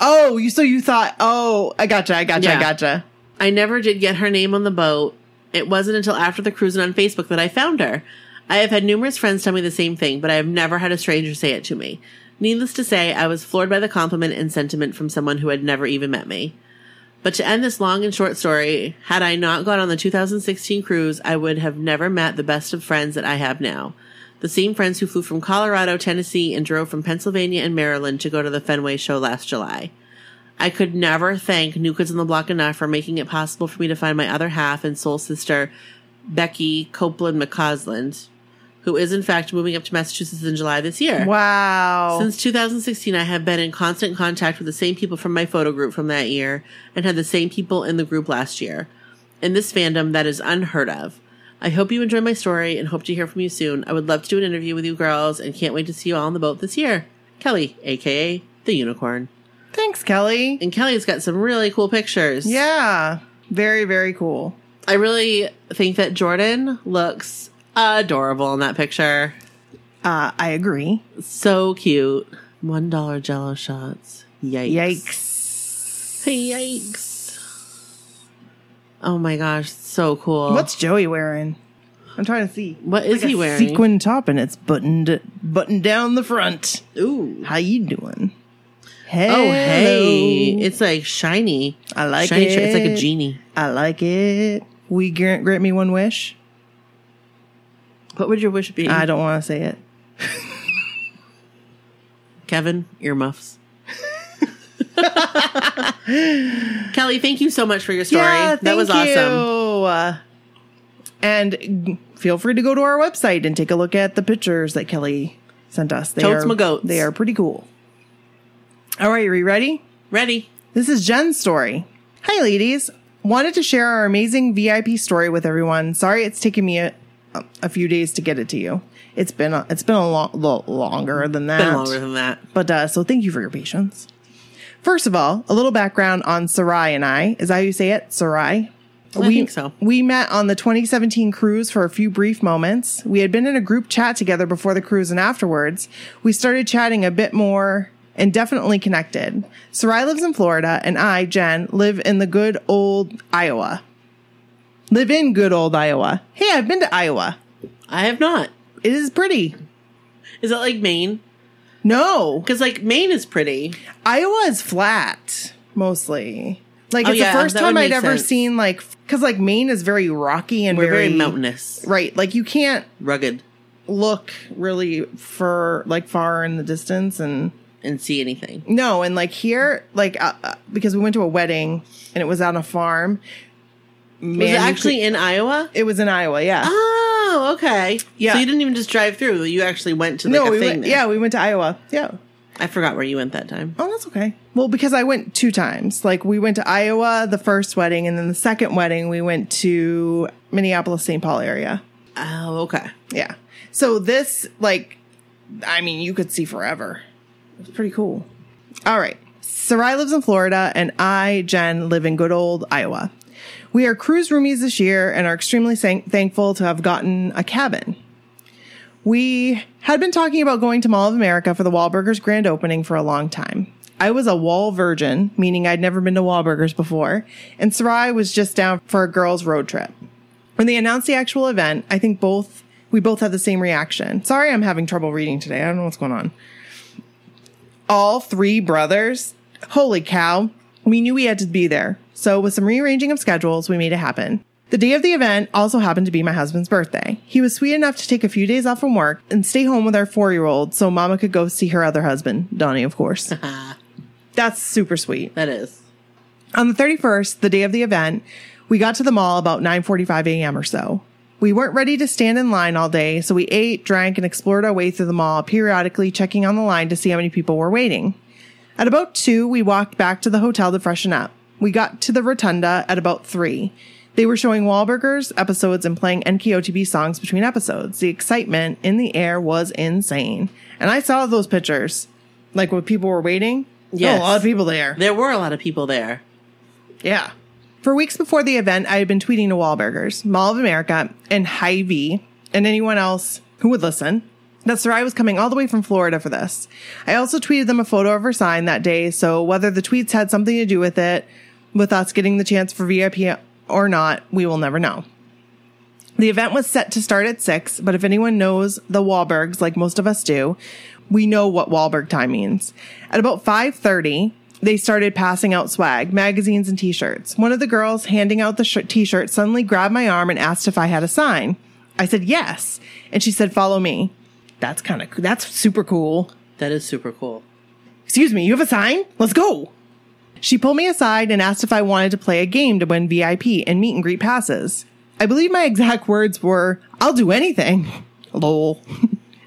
B: Oh, you so you thought, oh, I gotcha, I gotcha,
C: Yeah.
B: I gotcha.
C: I never did get her name on the boat. It wasn't until after the cruise and on Facebook that I found her. I have had numerous friends tell me the same thing, but I have never had a stranger say it to me. Needless to say, I was floored by the compliment and sentiment from someone who had never even met me. But to end this long and short story, had I not gone on the 2016 cruise, I would have never met the best of friends that I have now. The same friends who flew from Colorado, Tennessee, and drove from Pennsylvania and Maryland to go to the Fenway show last July. I could never thank New Kids on the Block enough for making it possible for me to find my other half and soul sister, Becky Copeland McCausland, who is in fact moving up to Massachusetts in July this year.
B: Wow.
C: Since 2016, I have been in constant contact with the same people from my photo group from that year and had the same people in the group last year. In this fandom, that is unheard of. I hope you enjoy my story and hope to hear from you soon. I would love to do an interview with you girls and can't wait to see you all on the boat this year. Kelly, aka the unicorn.
B: Thanks, Kelly.
C: And Kelly's got some really cool pictures.
B: Yeah. Very, very cool.
C: I really think that Jordan looks adorable in that picture.
B: Uh, I agree.
C: So cute. One dollar jello shots. Yikes.
B: Yikes.
C: Yikes. Oh my gosh, so cool.
B: What's Joey wearing? I'm trying to see.
C: what is he wearing?
B: Sequin top and it's buttoned buttoned down the front.
C: Ooh.
B: How you doing? Hey.
C: Oh hey. It's like shiny.
B: I like
C: shiny
B: it.
C: shirt. It's like a genie.
B: I like it. We grant grant me one wish.
C: What would your wish be?
B: I don't want to say it.
C: Kevin, earmuffs. Kelly, thank you so much for your story. that was awesome.
B: awesome. And g- feel free to go to our website and take a look at the pictures that Kelly sent us. They
C: Totes
B: are
C: my goats.
B: they are pretty cool. All right, are you ready?
C: Ready?
B: This is Jen's story. Hi, ladies. Wanted to share our amazing VIP story with everyone. Sorry, it's taken me a, a few days to get it to you. It's been a, it's been a lot longer than that.
C: Been longer than that.
B: But uh, so thank you for your patience. First of all, a little background on Sarai and I. Is that how you say it? Sarai?
C: I think so.
B: We met on the 2017 cruise for a few brief moments. We had been in a group chat together before the cruise and afterwards. We started chatting a bit more and definitely connected. Sarai lives in Florida, and I, Jen, live in the good old Iowa. Live in good old Iowa. Hey, I've been to Iowa.
C: I have not.
B: It is pretty.
C: Is it like Maine?
B: No,
C: Because like Maine is pretty.
B: Iowa is flat mostly. Like
C: Oh,
B: it's
C: yeah,
B: the first
C: that
B: time
C: would
B: I'd
C: make
B: ever
C: sense.
B: seen like because like Maine is very rocky and
C: We're
B: very,
C: very, mountainous,
B: Right, like you can't
C: rugged,
B: look really for like far in the distance and
C: and see anything.
B: no and like here like uh, uh, because we went to a wedding and it was on a farm.
C: Was
B: man,
C: it
B: you
C: actually in Iowa?
B: could- it was in Iowa, yeah.
C: Oh, okay.
B: Yeah.
C: So you didn't even just drive through. You actually went to like
B: no,
C: a
B: we
C: thing.
B: went,
C: there.
B: yeah, we went to Iowa. Yeah.
C: I forgot where you went that time.
B: Oh, that's okay. Well, because I went two times. Like we went to Iowa, the first wedding, and then the second wedding we went to Minneapolis, St. Paul area.
C: Oh, okay.
B: Yeah. So this, like, I mean, you could see forever. It's pretty cool. All right. Sarai lives in Florida, and I, Jen, live in good old Iowa. We are cruise roomies this year and are extremely san- thankful to have gotten a cabin. We had been talking about going to Mall of America for the Wahlburgers grand opening for a long time. I was a wall virgin, meaning I'd never been to Wahlburgers before, and Sarai was just down for a girls' road trip. When they announced the actual event, I think both we both had the same reaction. Sorry, I'm having trouble reading today. I don't know what's going on. All three brothers. Holy cow. We knew we had to be there. So with some rearranging of schedules, we made it happen. The day of the event also happened to be my husband's birthday. He was sweet enough to take a few days off from work and stay home with our four year old so mama could go see her other husband, Donnie, of course. That's super sweet.
C: That is.
B: On the 31st, the day of the event, we got to the mall about 9:45 a.m. or so. We weren't ready to stand in line all day, so we ate, drank, and explored our way through the mall, periodically checking on the line to see how many people were waiting. At about 2, we walked back to the hotel to freshen up. We got to the rotunda at about 3. They were showing Wahlburgers episodes and playing NKOTB songs between episodes. The excitement in the air was insane. And I saw those pictures. Like when people were waiting. Yeah,
C: Yes.
B: A lot of people there.
C: There were a lot of people there.
B: Yeah. For weeks before the event, I had been tweeting to Wahlburgers, Mall of America, and Hy-Vee, and anyone else who would listen, that Sarai was coming all the way from Florida for this. I also tweeted them a photo of her sign that day, so whether the tweets had something to do with it, with us getting the chance for VIP or not, we will never know. The event was set to start at 6, but if anyone knows the Wahlbergs, like most of us do, we know what Wahlberg time means. At about 5.30, they started passing out swag, magazines and t-shirts. One of the girls handing out the sh- t-shirt suddenly grabbed my arm and asked if I had a sign. I said yes, and she said, follow me. That's kind of, that's super cool.
C: That is super cool.
B: Excuse me, you have a sign? Let's go. She pulled me aside and asked if I wanted to play a game to win VIP and meet and greet passes. I believe my exact words were, I'll do anything. Lol.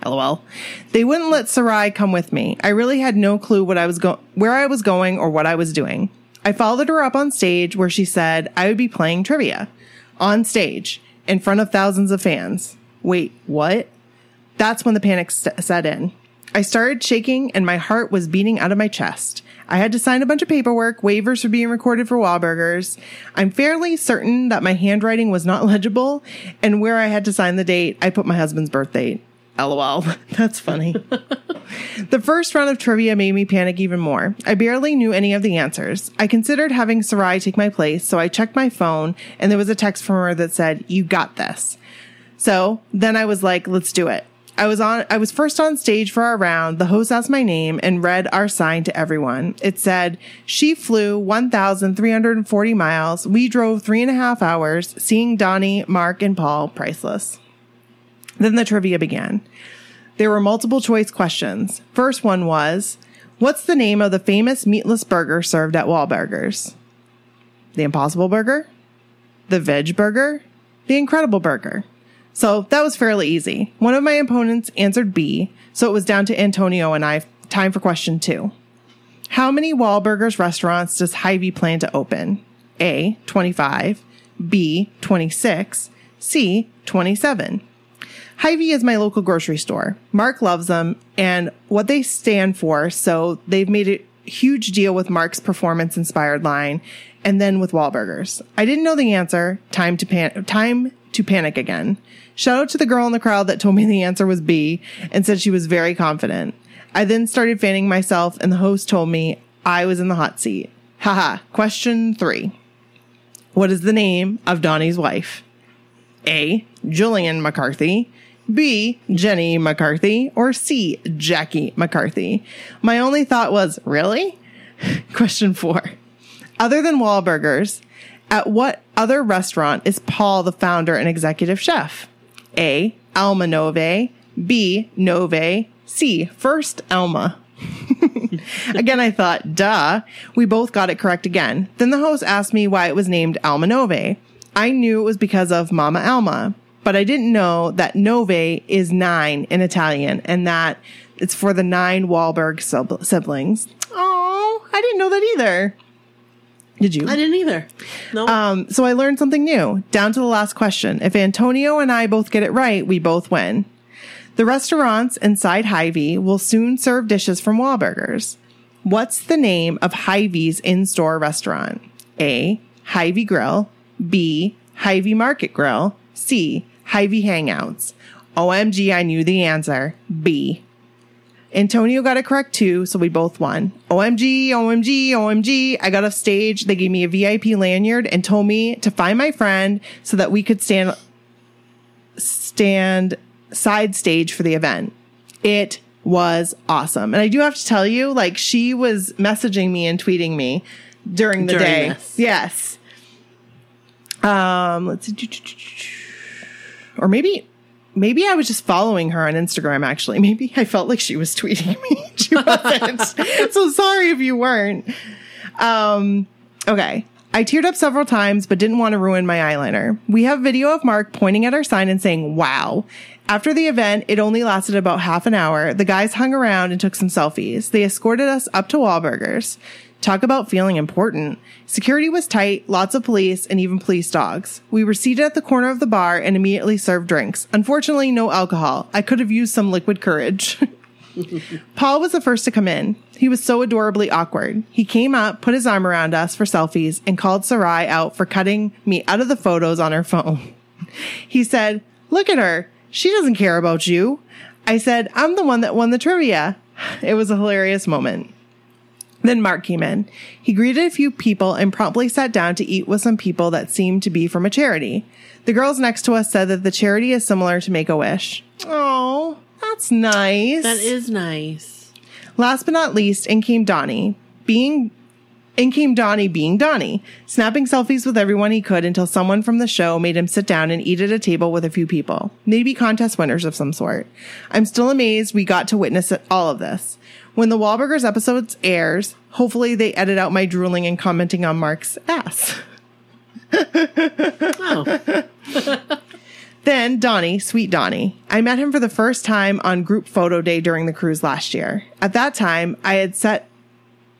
B: LOL. They wouldn't let Sarai come with me. I really had no clue what I was go- where I was going or what I was doing. I followed her up on stage where she said I would be playing trivia on stage in front of thousands of fans. Wait, what? That's when the panic st- set in. I started shaking and my heart was beating out of my chest. I had to sign a bunch of paperwork, waivers for being recorded for Wahlburgers. I'm fairly certain that my handwriting was not legible and where I had to sign the date, I put my husband's birth date. LOL. That's funny. The first round of trivia made me panic even more. I barely knew any of the answers. I considered having Sarai take my place, so I checked my phone and there was a text from her that said, You got this. So then I was like, let's do it. I was on, I was first on stage for our round. The host asked my name and read our sign to everyone. It said, she flew 1,340 miles. We drove three and a half hours, seeing Donnie, Mark, and Paul priceless. Then the trivia began. There were multiple choice questions. First one was, what's the name of the famous meatless burger served at Wahlburgers? The Impossible Burger? The Veg Burger? The Incredible Burger? So that was fairly easy. One of my opponents answered B, so it was down to Antonio and I. Time for question two. How many Wahlburgers restaurants does Hy-Vee plan to open? A, 25, B, 26, C, 27. Hy-Vee is my local grocery store. Mark loves them and what they stand for, so they've made a huge deal with Mark's performance inspired line and then with Wahlburgers. I didn't know the answer. Time to pan- time to panic again. Shout out to the girl in the crowd that told me the answer was B and said she was very confident. I then started fanning myself and the host told me I was in the hot seat. Haha. Question three. What is the name of Donnie's wife? A. Jillian McCarthy. B. Jenny McCarthy. Or C. Jackie McCarthy. My only thought was, really? Question four. Other than Wahlburgers, at what other restaurant is Paul the founder and executive chef? A. Alma Nove. B. Nove. C. First Alma. Again, I thought, duh. We both got it correct again. Then the host asked me why it was named Almanove. I knew it was because of Mama Alma, but I didn't know that Nove is nine in Italian and that it's for the nine Wahlberg sub- siblings. Oh, I didn't know that either. Did you?
C: I didn't either. No.
B: Um, so I learned something new. Down to the last question. If Antonio and I both get it right, we both win. The restaurants inside Hy-Vee will soon serve dishes from Wahlburgers. What's the name of Hy-Vee's in-store restaurant? A. Hy-Vee Grill. B. Hy-Vee Market Grill. C. Hy-Vee Hangouts. OMG, I knew the answer. B. Antonio got it correct too, so we both won. OMG, OMG, OMG. I got off stage. They gave me a VIP lanyard and told me to find my friend so that we could stand stand side stage for the event. It was awesome. And I do have to tell you, like she was messaging me and tweeting me during the
C: During
B: day.
C: this.
B: Yes. Um, let's see. Or maybe maybe I was just following her on Instagram actually. Maybe I felt like she was tweeting me. She wasn't. so sorry if you weren't. Um, okay. I teared up several times, but didn't want to ruin my eyeliner. We have video of Mark pointing at our sign and saying, wow. After the event, it only lasted about half an hour. The guys hung around and took some selfies. They escorted us up to Wahlburgers. Talk about feeling important. Security was tight, lots of police, and even police dogs. We were seated at the corner of the bar and immediately served drinks. Unfortunately, no alcohol. I could have used some liquid courage. Paul was the first to come in. He was so adorably awkward. He came up, put his arm around us for selfies, and called Sarai out for cutting me out of the photos on her phone. He said, Look at her. She doesn't care about you. I said, I'm the one that won the trivia. It was a hilarious moment. Then Mark came in. He greeted a few people and promptly sat down to eat with some people that seemed to be from a charity. The girls next to us said that the charity is similar to Make a Wish. Oh, that's nice.
C: that is nice.
B: Last but not least, in came Donnie, being in came Donnie being Donnie, snapping selfies with everyone he could until someone from the show made him sit down and eat at a table with a few people, maybe contest winners of some sort. I'm still amazed we got to witness it- all of this. When the Wahlburgers episodes airs, hopefully they edit out my drooling and commenting on Mark's ass.
C: Oh,
B: Then Donnie, sweet Donnie. I met him for the first time on group photo day during the cruise last year. At that time, I had set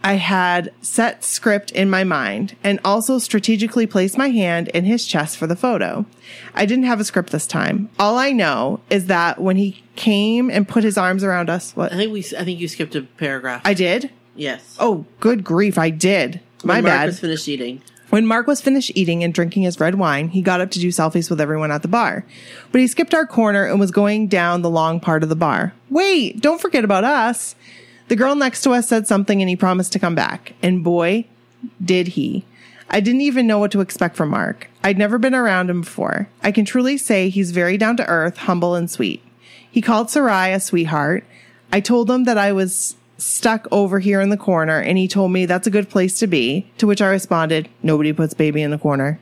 B: I had set script in my mind and also strategically placed my hand in his chest for the photo. I didn't have a script this time. All I know is that when he came and put his arms around us,
C: I
B: what
C: think we. I think you skipped a paragraph.
B: I did?
C: yes.
B: Oh, good grief, I did. My
C: When Mark
B: bad.
C: Was finished eating.
B: When Mark was finished eating and drinking his red wine, he got up to do selfies with everyone at the bar. But he skipped our corner and was going down the long part of the bar. Wait, don't forget about us. The girl next to us said something and he promised to come back. And boy, did he. I didn't even know what to expect from Mark. I'd never been around him before. I can truly say he's very down to earth, humble, and sweet. He called Sarai a sweetheart. I told him that I was stuck over here in the corner, and he told me that's a good place to be, to which I responded, Nobody puts baby in the corner.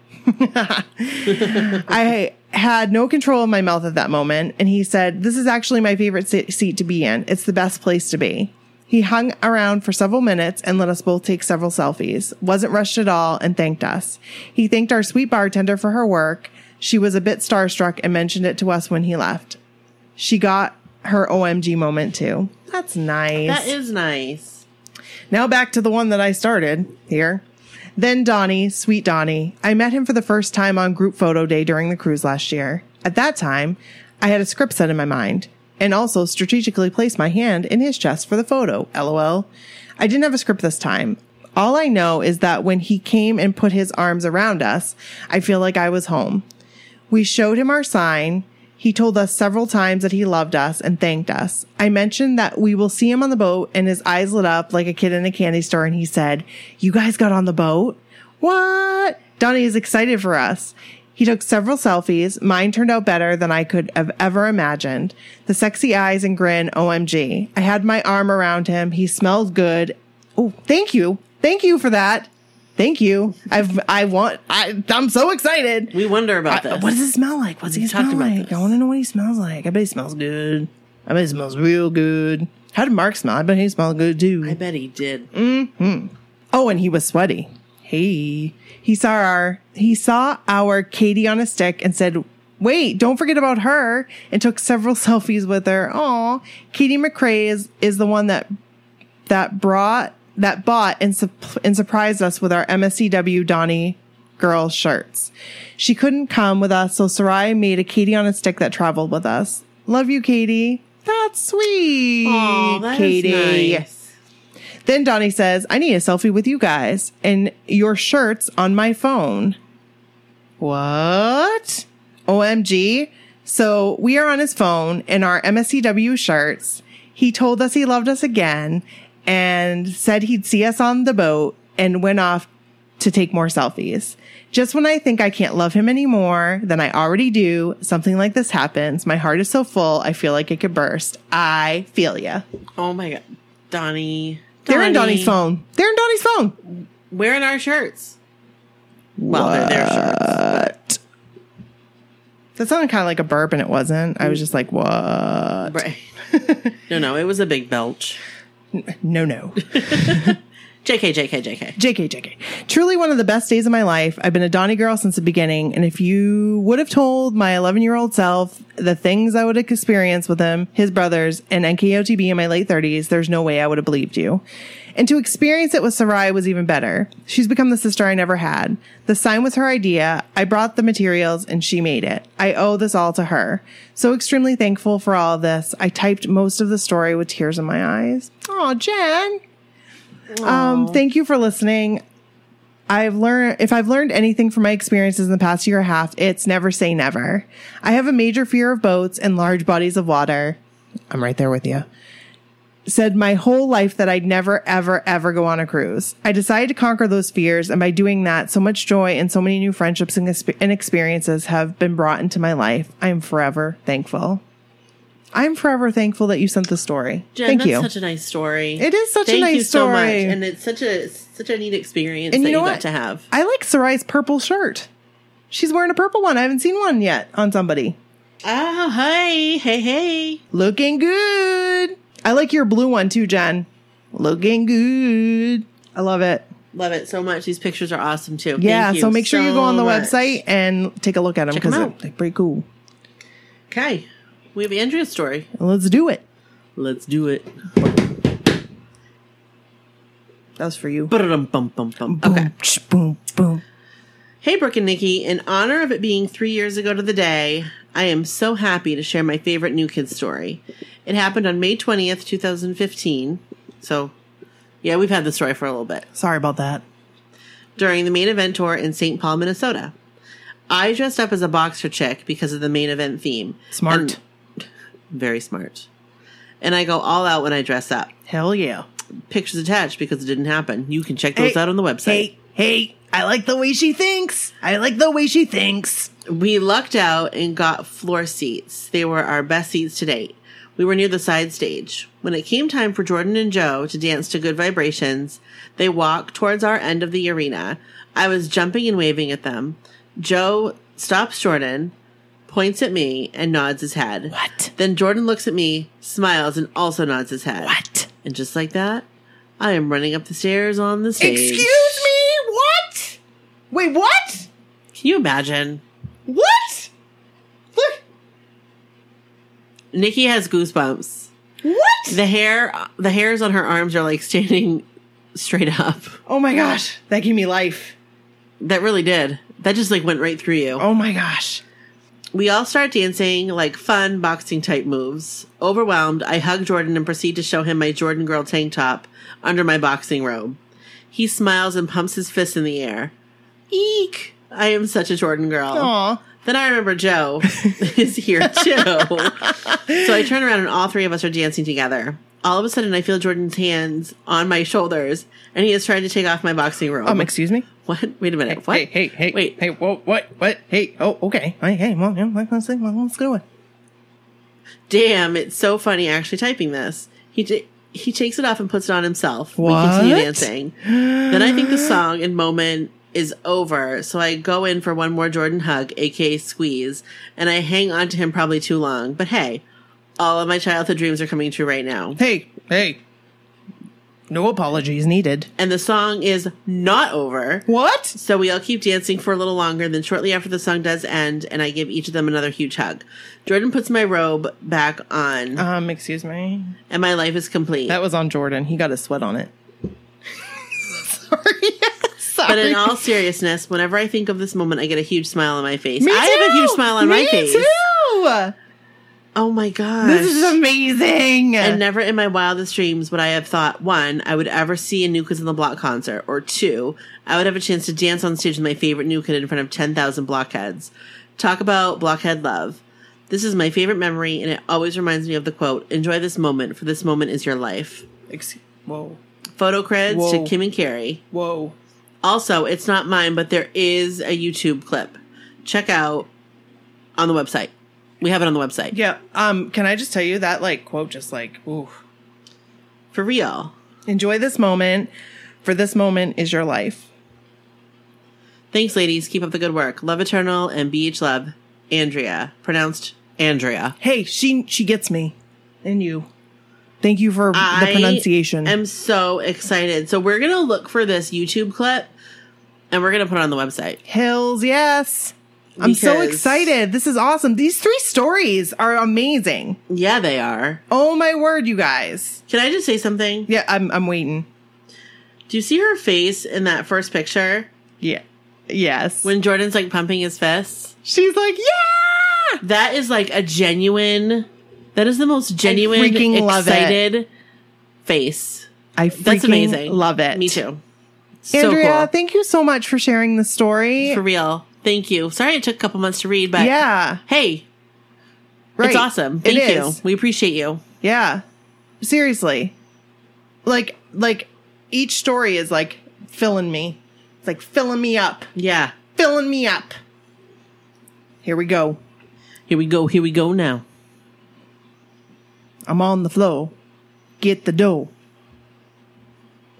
B: I had no control of my mouth at that moment, and he said, This is actually my favorite se- seat to be in. It's the best place to be. He hung around for several minutes and let us both take several selfies, wasn't rushed at all, and thanked us. He thanked our sweet bartender for her work. She was a bit starstruck and mentioned it to us when he left. She got her OMG moment too. That's nice.
C: That is nice.
B: Now back to the one that I started here. Then Donnie, sweet Donnie. I met him for the first time on group photo day during the cruise last year. At that time, I had a script set in my mind and also strategically placed my hand in his chest for the photo. LOL. I didn't have a script this time. All I know is that when he came and put his arms around us, I feel like I was home. We showed him our sign. He told us several times that he loved us and thanked us. I mentioned that we will see him on the boat and his eyes lit up like a kid in a candy store and he said, You guys got on the boat? What? Donnie is excited for us. He took several selfies. Mine turned out better than I could have ever imagined. The sexy eyes and grin, OMG. I had my arm around him. He smelled good. Oh, thank you. Thank you for that. Thank you. I've, I want, I, I'm so excited.
C: We wonder about
B: I- uh,
C: this.
B: What does it smell like? What's he
C: We talked
B: smell
C: about
B: like?
C: this.
B: I want to know what he smells like. I bet he smells good. I bet he smells real good. How did Mark smell? I bet he smelled good too.
C: I bet he did.
B: Mm, Oh, and he was sweaty. Hey, he saw our he saw our Katie on a stick and said, "Wait, don't forget about her." And took several selfies with her. Aw, Katie McRae is is the one that that brought that bought and sup and surprised us with our MSCW Donnie girl shirts. She couldn't come with us, so Sarai made a Katie on a stick that traveled with us. Love you, Katie. That's sweet,
C: Aw, that is
B: Katie.
C: nice.
B: Then Donnie says, I need a selfie with you guys and your shirts on my phone. What? OMG. So we are on his phone in our MSCW shirts. He told us he loved us again and said he'd see us on the boat and went off to take more selfies. Just when I think I can't love him anymore than I already do, something like this happens. My heart is so full, I feel like it could burst. I feel ya.
C: Oh my god, Donnie.
B: They're in Donnie's phone. They're in Donnie's phone.
C: Wearing our shirts. Well, they're their
B: What?
C: shirts.
B: That sounded kind of like a burp, and it wasn't. I was just like, what?
C: Right. no, no, it was a big belch.
B: No, no.
C: JK, JK, JK.
B: JK, JK. Truly one of the best days of my life. I've been a Donnie girl since the beginning. And if you would have told my 11 year old self the things I would have experienced with him, his brothers, and NKOTB in my late 30s, there's no way I would have believed you. And to experience it with Sarai was even better. She's become the sister I never had. The sign was her idea. I brought the materials and she made it. I owe this all to her. So extremely thankful for all of this. I typed most of the story with tears in my eyes. Aw, Jen. Um, thank you for listening. I've learned if I've learned anything from my experiences in the past year and a half, it's never say never. I have a major fear of boats and large bodies of water. I'm right there with you. Said my whole life that I'd never, ever, ever go on a cruise. I decided to conquer those fears, and by doing that, so much joy and so many new friendships and, exp- and experiences have been brought into my life. I am forever thankful. I'm forever thankful that you sent the story.
C: Jen,
B: Thank
C: that's
B: you.
C: such a nice story.
B: It is such a
C: Thank
B: nice
C: you so much.
B: story.
C: And it's such a such a neat experience
B: And
C: that
B: you
C: you,
B: know
C: got
B: what?
C: to have.
B: I like Sarai's purple shirt. She's wearing a purple one. I haven't seen one yet on somebody.
C: Oh, hey, hey, hey.
B: Looking good. I like your blue one too, Jen. Looking good. I love it.
C: Love it so much. These pictures are awesome too.
B: Yeah.
C: Thank you
B: So make sure you go on the
C: much.
B: website and take a look at them
C: Check 'em
B: because
C: out.
B: they're pretty cool.
C: Okay. We have Andrea's story.
B: Let's do it.
C: Let's do it.
B: That was for you.
C: Ba-da-dum, bum, bum, bum.
B: Boom, sh- boom, boom.
C: Hey, Brooke and Nikki, in honor of it being three years ago to the day, I am so happy to share my favorite new kid story. It happened on May 20th, 2015. So, yeah, we've had the story for a little bit.
B: Sorry about that.
C: during the main event tour in St. Paul, Minnesota. I dressed up as a boxer chick because of the main event theme.
B: Smart.
C: And- very smart. And I go all out when I dress up.
B: Hell yeah.
C: Pictures attached because it didn't happen. You can check those
B: Hey,
C: out on the website.
B: Hey, hey, I like the way she thinks. I like the way she thinks.
C: We lucked out and got floor seats. They were our best seats to date. We were near the side stage. When it came time for Jordan and Joe to dance to Good Vibrations, they walked towards our end of the arena. I was jumping and waving at them. Joe stops Jordan, points at me, and nods his head.
B: What?
C: Then Jordan looks at me, smiles, and also nods his head.
B: What?
C: And just like that, I am running up the stairs on the stage.
B: Excuse me? What? Wait, what?
C: Can you imagine?
B: What? Look.
C: Nikki has goosebumps.
B: What?
C: The hair, the hairs on her arms are like standing straight up.
B: oh my gosh. That gave me life.
C: That really did. That just like went right through you.
B: Oh my gosh.
C: We all start dancing like fun boxing type moves. Overwhelmed, I hug Jordan and proceed to show him my Jordan girl tank top under my boxing robe. He smiles and pumps his fist in the air. Eek! I am such a Jordan girl.
B: Aw.
C: Then I remember Joe is here too. so I turn around and all three of us are dancing together. All of a sudden, I feel Jordan's hands on my shoulders, and he is trying to take off my boxing robe.
B: Um, excuse me?
C: what? Wait a minute. What?
B: Hey, hey, hey.
C: Wait.
B: Hey, whoa, what? What? Hey, oh, okay. Hey, hey, well, yeah, let's, see. Well, let's go.
C: Damn, it's so funny actually typing this. He ta- he takes it off and puts it on himself. We continue
B: What?
C: dancing. then I think the song and moment is over, so I go in for one more Jordan hug, aka squeeze, and I hang on to him probably too long. But hey, all of my childhood dreams are coming true right now.
B: Hey, hey. No apologies needed.
C: And the song is not over.
B: What?
C: So we all keep dancing for a little longer, then shortly after the song does end, and I give each of them another huge hug. Jordan puts my robe back on,
B: Um, excuse me.
C: and my life is complete.
B: That was on Jordan. He got a sweat on it. Sorry. Sorry.
C: But in all seriousness, whenever I think of this moment, I get a huge smile on my face.
B: Me
C: I have a
B: too!
C: huge smile on
B: Me
C: my face.
B: too.
C: Oh my gosh.
B: This is amazing.
C: and never in my wildest dreams would I have thought one, I would ever see a New Kids on the Block concert, or two, I would have a chance to dance on stage with my favorite New Kid in front of 10,000 blockheads. Talk about blockhead love. This is my favorite memory, and it always reminds me of the quote Enjoy this moment, for this moment is your life.
B: Ex- whoa,
C: Photo creds
B: Whoa.
C: to Kim and Carrie.
B: whoa.
C: Also, it's not mine, but there is a YouTube clip. Check out on the website. We have it on the website.
B: Yeah. Um. Can I just tell you that like quote just like ooh.
C: For real.
B: Enjoy this moment. For this moment is your life.
C: Thanks, ladies. Keep up the good work. Love Eternal and BH Love. Andrea. Pronounced Andrea.
B: Hey, she she gets me, and you. Thank you for the pronunciation.
C: I'm so excited. So we're gonna look for this YouTube clip and we're gonna put it on the website.
B: Hills, yes. I'm so
C: Because-
B: excited. This is awesome. These three stories are amazing.
C: Yeah, they are.
B: Oh my word, you guys.
C: Can I just say something?
B: Yeah, I'm I'm waiting.
C: Do you see her face in that first picture?
B: Yeah. Yes.
C: When Jordan's like pumping his fists?
B: she's like, "Yeah!"
C: That is like a genuine. That is the most genuine,
B: freaking love it.
C: excited face.
B: I
C: That's
B: freaking
C: amazing.
B: love it.
C: Me too. So
B: Andrea,
C: cool.
B: thank you so much for sharing the story.
C: for real. Thank you. Sorry it took a couple months to read, but
B: yeah.
C: hey,
B: Right.
C: it's awesome.
B: It
C: Thank you.
B: is.
C: We appreciate you.
B: Yeah. Seriously. Like like each story is like filling me. It's like filling me up.
C: Yeah.
B: Filling me up. Here we go.
C: Here we go. Here we go now.
B: I'm on the flow. Get the dough.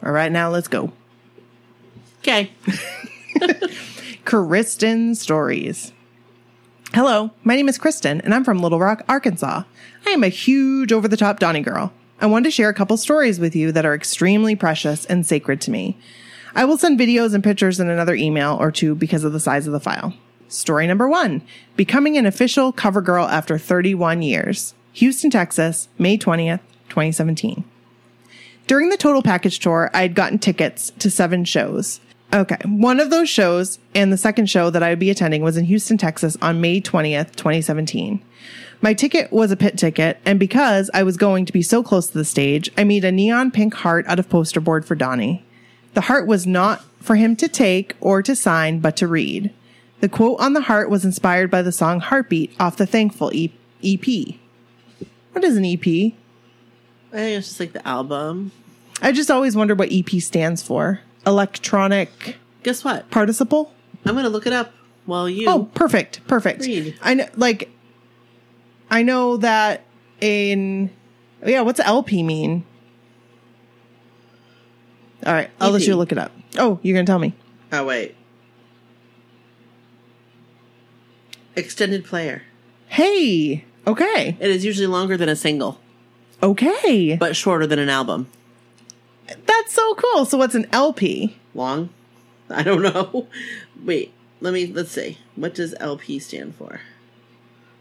B: All right, now let's go.
C: Okay.
B: Kristen Stories. Hello, my name is Kristen, and I'm from Little Rock, Arkansas. I am a huge over the top Donnie girl. I wanted to share a couple stories with you that are extremely precious and sacred to me. I will send videos and pictures in another email or two because of the size of the file. Story number one Becoming an official cover girl after 31 years. Houston, Texas, May 20th, 2017. During the total package tour, I had gotten tickets to seven shows. Okay. One of those shows and the second show that I would be attending was in Houston, Texas on May 20th, 2017. My ticket was a pit ticket, and because I was going to be so close to the stage, I made a neon pink heart out of poster board for Donnie. The heart was not for him to take or to sign, but to read. The quote on the heart was inspired by the song Heartbeat off the Thankful E- EP. What is an E EP?
C: I think it's just like the album.
B: I just always wonder what EP stands for. Electronic
C: Guess what?
B: participle?
C: I'm gonna look it up while you.
B: Oh, perfect, perfect.
C: Read.
B: I know, like, I know that in yeah. What's LP mean? All right, I'll let
C: EP.
B: you look it up. Oh, you're gonna tell me.
C: Oh, wait. Extended player.
B: Hey, okay,
C: It is usually longer than a single,
B: okay,
C: but shorter than an album.
B: that's so cool. So what's an LP?
C: Long? I don't know. Wait, let me let's see. What does LP stand for?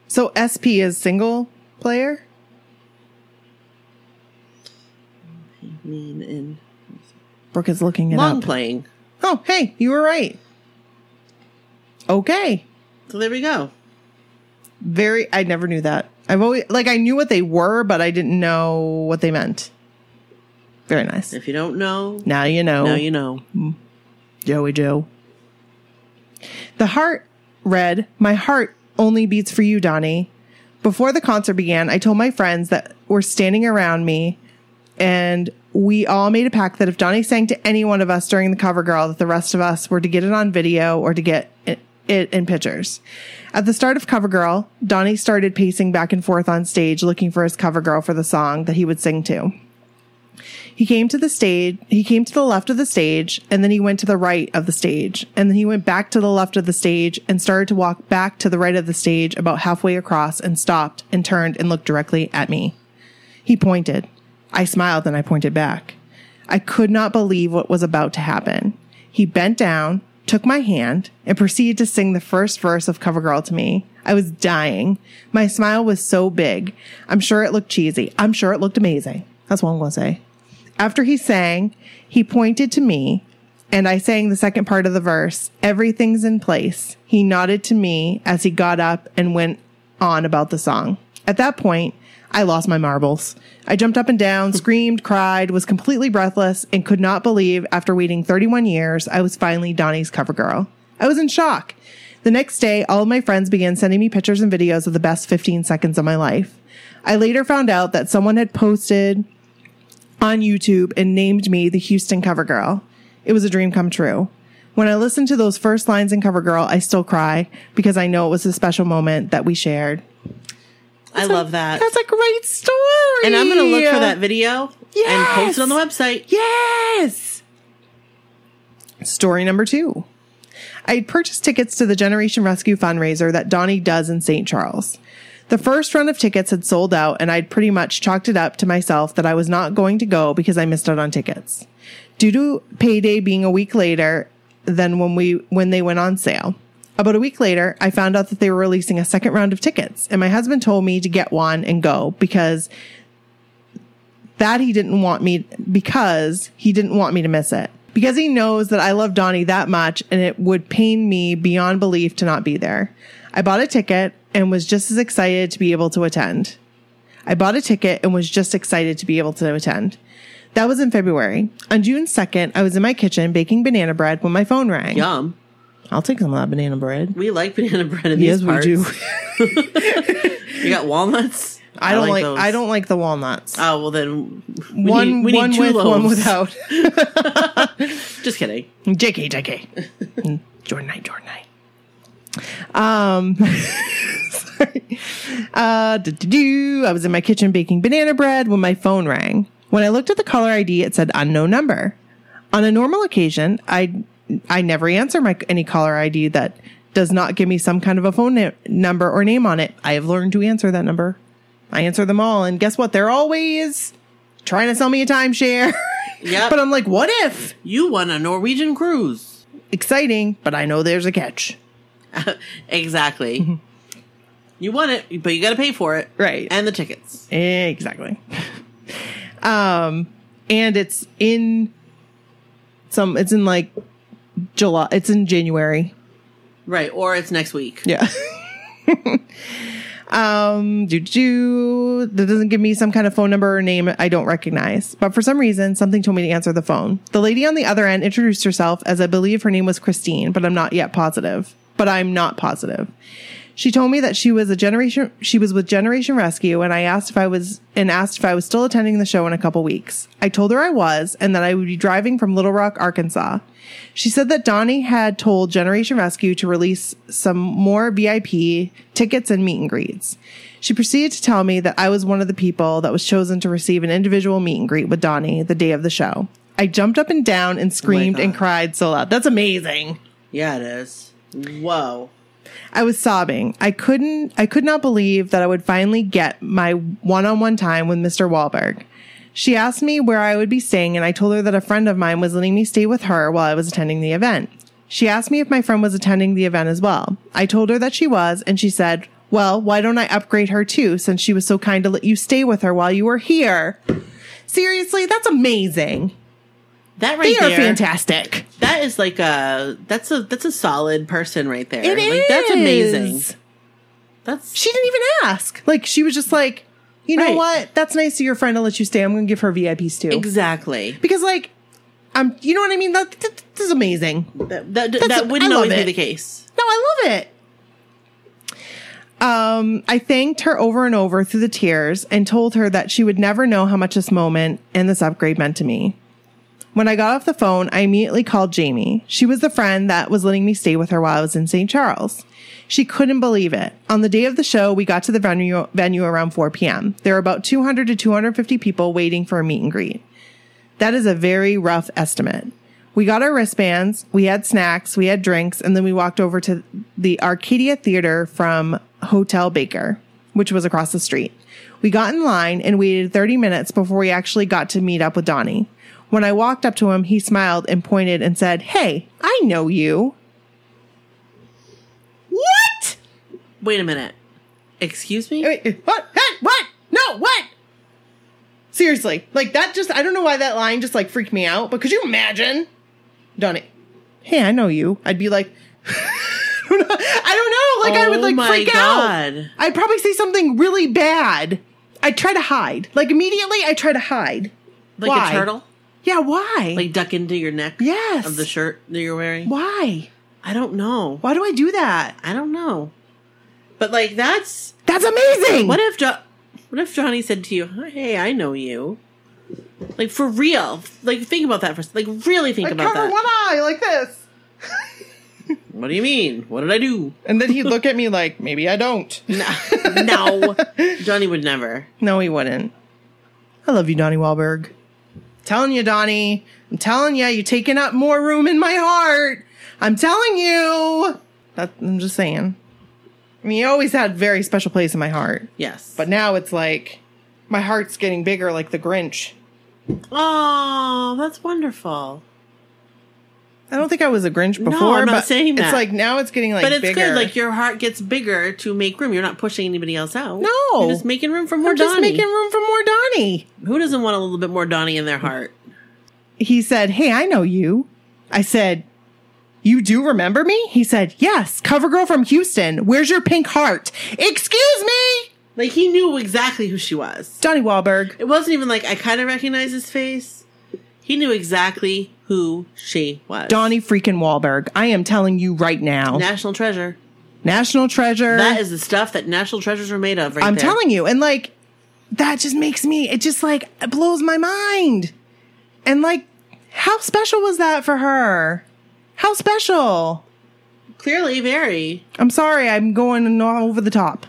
B: So SP is single player.
C: Mean in
B: Brooke is looking it
C: long
B: up.
C: playing.
B: Oh, hey, you were right. Okay,
C: So there we go.
B: very. I never knew that. I've always like I knew what they were, but I didn't know what they meant. Very nice.
C: If you don't know,
B: Now you know.
C: now you know.
B: Joey Joe. The heart read, My heart only beats for you, Donnie. Before the concert began, I told my friends that were standing around me, and we all made a pact that if Donnie sang to any one of us during the cover girl, that the rest of us were to get it on video or to get it, it in pictures. At the start of Cover Girl, Donnie started pacing back and forth on stage looking for his cover girl for the song that he would sing to. He came to the stage, he came to the left of the stage, and then he went to the right of the stage, and then he went back to the left of the stage and started to walk back to the right of the stage about halfway across and stopped and turned and looked directly at me. He pointed. I smiled and I pointed back. I could not believe what was about to happen. He bent down, took my hand, and proceeded to sing the first verse of Covergirl to me. I was dying. My smile was so big. I'm sure it looked cheesy. I'm sure it looked amazing. That's what I'm going to say. After he sang, he pointed to me and I sang the second part of the verse. Everything's in place. He nodded to me as he got up and went on about the song. At that point, I lost my marbles. I jumped up and down, screamed, cried, was completely breathless, and could not believe after waiting 31 years, I was finally Donnie's cover girl. I was in shock. The next day, all of my friends began sending me pictures and videos of the best 15 seconds of my life. I later found out that someone had posted on YouTube and named me the Houston cover girl. It was a dream come true. When I listen to those first lines in Covergirl, I still cry because I know it was a special moment that we shared.
C: I love that.
B: That's a great story.
C: And I'm gonna look for that video and
B: Yes!
C: post it on the website.
B: Yes. Story number two. I had purchased tickets to the Generation Rescue fundraiser that Donnie does in St. Charles. The first run of tickets had sold out, and I'd pretty much chalked it up to myself that I was not going to go because I missed out on tickets. Due to payday being a week later than when we when they went on sale. About a week later, I found out that they were releasing a second round of tickets, and my husband told me to get one and go because that he didn't want me because he didn't want me to miss it. Because he knows that I love Donnie that much and it would pain me beyond belief to not be there. I bought a ticket and was just as excited to be able to attend. I bought a ticket and was just excited to be able to attend. That was in February. On June 2nd, I was in my kitchen baking banana bread when my phone rang.
C: Yum.
B: I'll take some of that banana bread.
C: We like banana bread in
B: Yes,
C: these parts.
B: we do.
C: You got walnuts.
B: I don't like,
C: those.
B: I don't like the walnuts.
C: Oh well, then we
B: one
C: need- we need
B: one
C: two
B: with, one
C: loaves.
B: without.
C: Just kidding.
B: JK, JK. Jordan Knight, Jordan Knight. Um, sorry. Uh, do-do-do. I was in my kitchen baking banana bread when my phone rang. When I looked at the caller ID, it said unknown number. On a normal occasion, I I never answer my any caller ID that does not give me some kind of a phone na- number or name on it. I have learned to answer that number. I answer them all, and guess what? They're always trying to sell me a timeshare.
C: Yep.
B: but I'm like, what if?
C: You won a Norwegian cruise.
B: exciting, but I know there's a catch.
C: exactly. you want it, but you got to pay for it.
B: Right.
C: And the tickets.
B: Exactly. um, and it's in some. It's in like July. It's in January.
C: Right. Or it's next week.
B: Yeah. um, do do that doesn't give me some kind of phone number or name I don't recognize. But for some reason, something told me to answer the phone. The lady on the other end introduced herself as I believe her name was Christine, but I'm not yet positive. But I'm not positive. She told me that she was a generation she was with Generation Rescue and I asked if I was and asked if I was still attending the show in a couple weeks. I told her I was and that I would be driving from Little Rock, Arkansas. She said that Donnie had told Generation Rescue to release some more VIP tickets and meet and greets. She proceeded to tell me that I was one of the people that was chosen to receive an individual meet and greet with Donnie the day of the show. I jumped up and down and screamed and
C: God.
B: cried so loud. That's amazing.
C: Yeah, it is. Whoa.
B: I was sobbing. I couldn't I could not believe that I would finally get my one-on-one time with Mr. Wahlberg. She asked me where I would be staying and I told her that a friend of mine was letting me stay with her while I was attending the event. She asked me if my friend was attending the event as well. I told her that she was and she said, "Well, why don't I upgrade her too since she was so kind to let you stay with her while you were here?" Seriously, that's amazing.
C: That right
B: They are
C: there.
B: fantastic.
C: That is like a that's a that's a solid person right there.
B: It
C: like
B: is.
C: that's amazing. That's
B: she didn't even ask. Like she was just like, you know
C: Right.
B: what? That's nice of your friend to let you stay. I'm going to give her VIPs too.
C: exactly.
B: because like, I'm, you know what I mean? That, that, this is amazing. No,
C: That that,
B: That's-
C: that wouldn't
B: I love
C: always be
B: it.
C: the case.
B: I love it. Um, I thanked her over and over through the tears and told her that she would never know how much this moment and this upgrade meant to me. When I got off the phone, I immediately called Jamie. She was the friend that was letting me stay with her while I was in St. Charles. She couldn't believe it. On the day of the show, we got to the venue, venue around 4 p.m. There were about 200 to 250 people waiting for a meet and greet. That is a very rough estimate. We got our wristbands, we had snacks, we had drinks, and then we walked over to the Arcadia Theater from Hotel Baker, which was across the street. We got in line and waited 30 minutes before we actually got to meet up with Donnie. When I walked up to him, he smiled and pointed and said, Hey, I know you. What?
C: Wait a minute. Excuse me?
B: Wait, What? Hey, what? No, what? Seriously, like that just, I don't know why that line just like freaked me out, but could you imagine? Donnie, hey, I know you. I'd be like, I don't know. I don't know. Like, I would
C: Oh
B: like
C: my
B: freak out.
C: God.
B: I'd probably say something really bad. I'd try to hide. Like, immediately, I try to hide.
C: Like
B: why?
C: a turtle?
B: Yeah, why?
C: Like duck into your neck
B: yes.
C: of the shirt that you're wearing?
B: Why?
C: I don't know.
B: Why do I do that?
C: I don't know. But like that's
B: That's amazing.
C: what if jo- what if Johnny said to you, "Hey, I know you." Like for real. Like think about that for like really think
B: I
C: about
B: cover
C: that.
B: one eye like this.
C: What do you mean? What did I do?
B: And then he'd look at me like, maybe I don't.
C: no, Johnny would never.
B: No, he wouldn't. I love you, Donnie Wahlberg. Telling you, Donnie. I'm telling you, you're taking up more room in my heart. I'm telling you. That, I'm just saying. I mean, he always had a very special place in my heart,
C: Yes,
B: but now it's like my heart's getting bigger, like the Grinch.
C: oh, that's wonderful.
B: I don't think I was a Grinch
C: No,
B: before,
C: I'm not
B: but
C: saying
B: it's
C: that.
B: like now it's getting like
C: but it's
B: bigger.
C: good. Like your heart gets bigger to make room. You're not pushing anybody else out.
B: No.
C: you're just making room for more
B: we're just
C: Donnie.
B: making room for more Donnie.
C: Who doesn't want a little bit more Donnie in their heart?
B: he said, Hey, I know you. I said, You do remember me? He said, Yes, cover girl from Houston. Where's your pink heart? Excuse me,
C: Like he knew exactly who she was.
B: Donnie Wahlberg.
C: It wasn't even like I kind of recognize his face. He knew exactly who she was.
B: Donnie freaking Wahlberg. I am telling you right now.
C: National treasure.
B: National treasure.
C: That is the stuff that national treasures are made of. Right
B: I'm
C: there.
B: telling you. And like, that just makes me, it just like it blows my mind. And like, how special was that for her? How special?
C: Clearly, very.
B: I'm sorry, I'm going all over the top.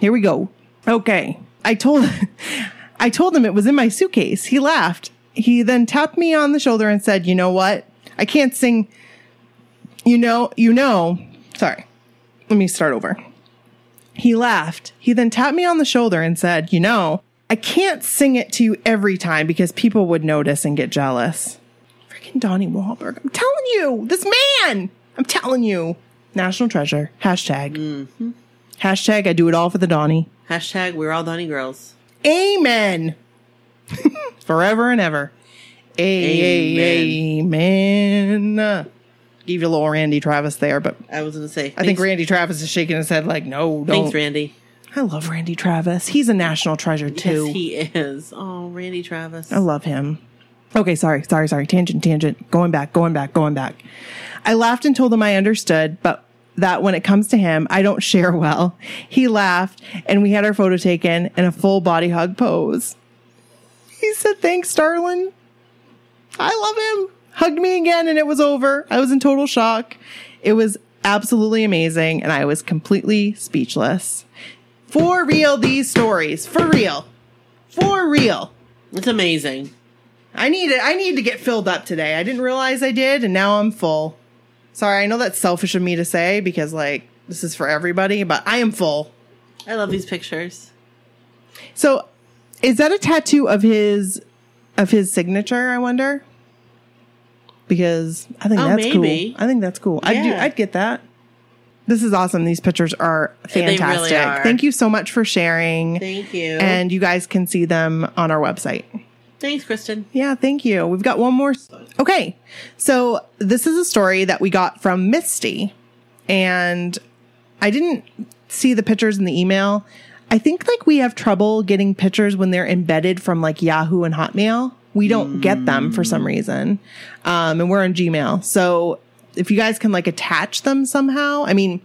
B: Here we go. Okay. I told I told him it was in my suitcase. He laughed. He then tapped me on the shoulder and said, "You know what? I can't sing You know, you know. Sorry. Let me start over." He laughed. He then tapped me on the shoulder and said, "You know, I can't sing it to you every time because people would notice and get jealous." Freaking Donnie Wahlberg. I'm telling you, this man. I'm telling you. National treasure. Hashtag.
C: Mm-hmm.
B: Hashtag I do it all for the Donnie.
C: Hashtag we're all Donny girls.
B: Amen. Forever and ever. Amen. Give you a little Randy Travis there, but
C: I was gonna say.
B: I think Randy Travis is shaking his head like, no, don't.
C: Thanks, Randy.
B: I love Randy Travis. He's a national treasure too.
C: Yes, he is. Oh, Randy Travis.
B: I love him. Okay, sorry, sorry, sorry. Tangent, tangent. Going back, going back, going back. I laughed and told him I understood, but that when it comes to him, I don't share well. He laughed, and we had our photo taken in a full body hug pose. He said, Thanks, darling. I love him. Hugged me again, and it was over. I was in total shock. It was absolutely amazing, and I was completely speechless. For real, these stories. For real. For real.
C: It's amazing.
B: I need it. I need to get filled up today. I didn't realize I did, and now I'm full. Sorry, I know that's selfish of me to say because like this is for everybody, but I am full.
C: I love these pictures.
B: So, is that a tattoo of his of his signature? I wonder. Because I think
C: Oh,
B: that's
C: maybe.
B: cool. I think that's cool. I'd do.
C: Yeah.
B: I'd get that. This is awesome. These pictures are
C: really
B: fantastic.
C: are.
B: Thank you so much for sharing.
C: Thank you.
B: and you guys can see them on our website.
C: thanks, Kristen.
B: Yeah, thank you. We've got one more. Okay. So this is a story that we got from Misty. And I didn't see the pictures in the email. I think like we have trouble getting pictures when they're embedded from like Yahoo and Hotmail. We don't get them for some reason. Um, and we're on Gmail. So if you guys can like attach them somehow, I mean,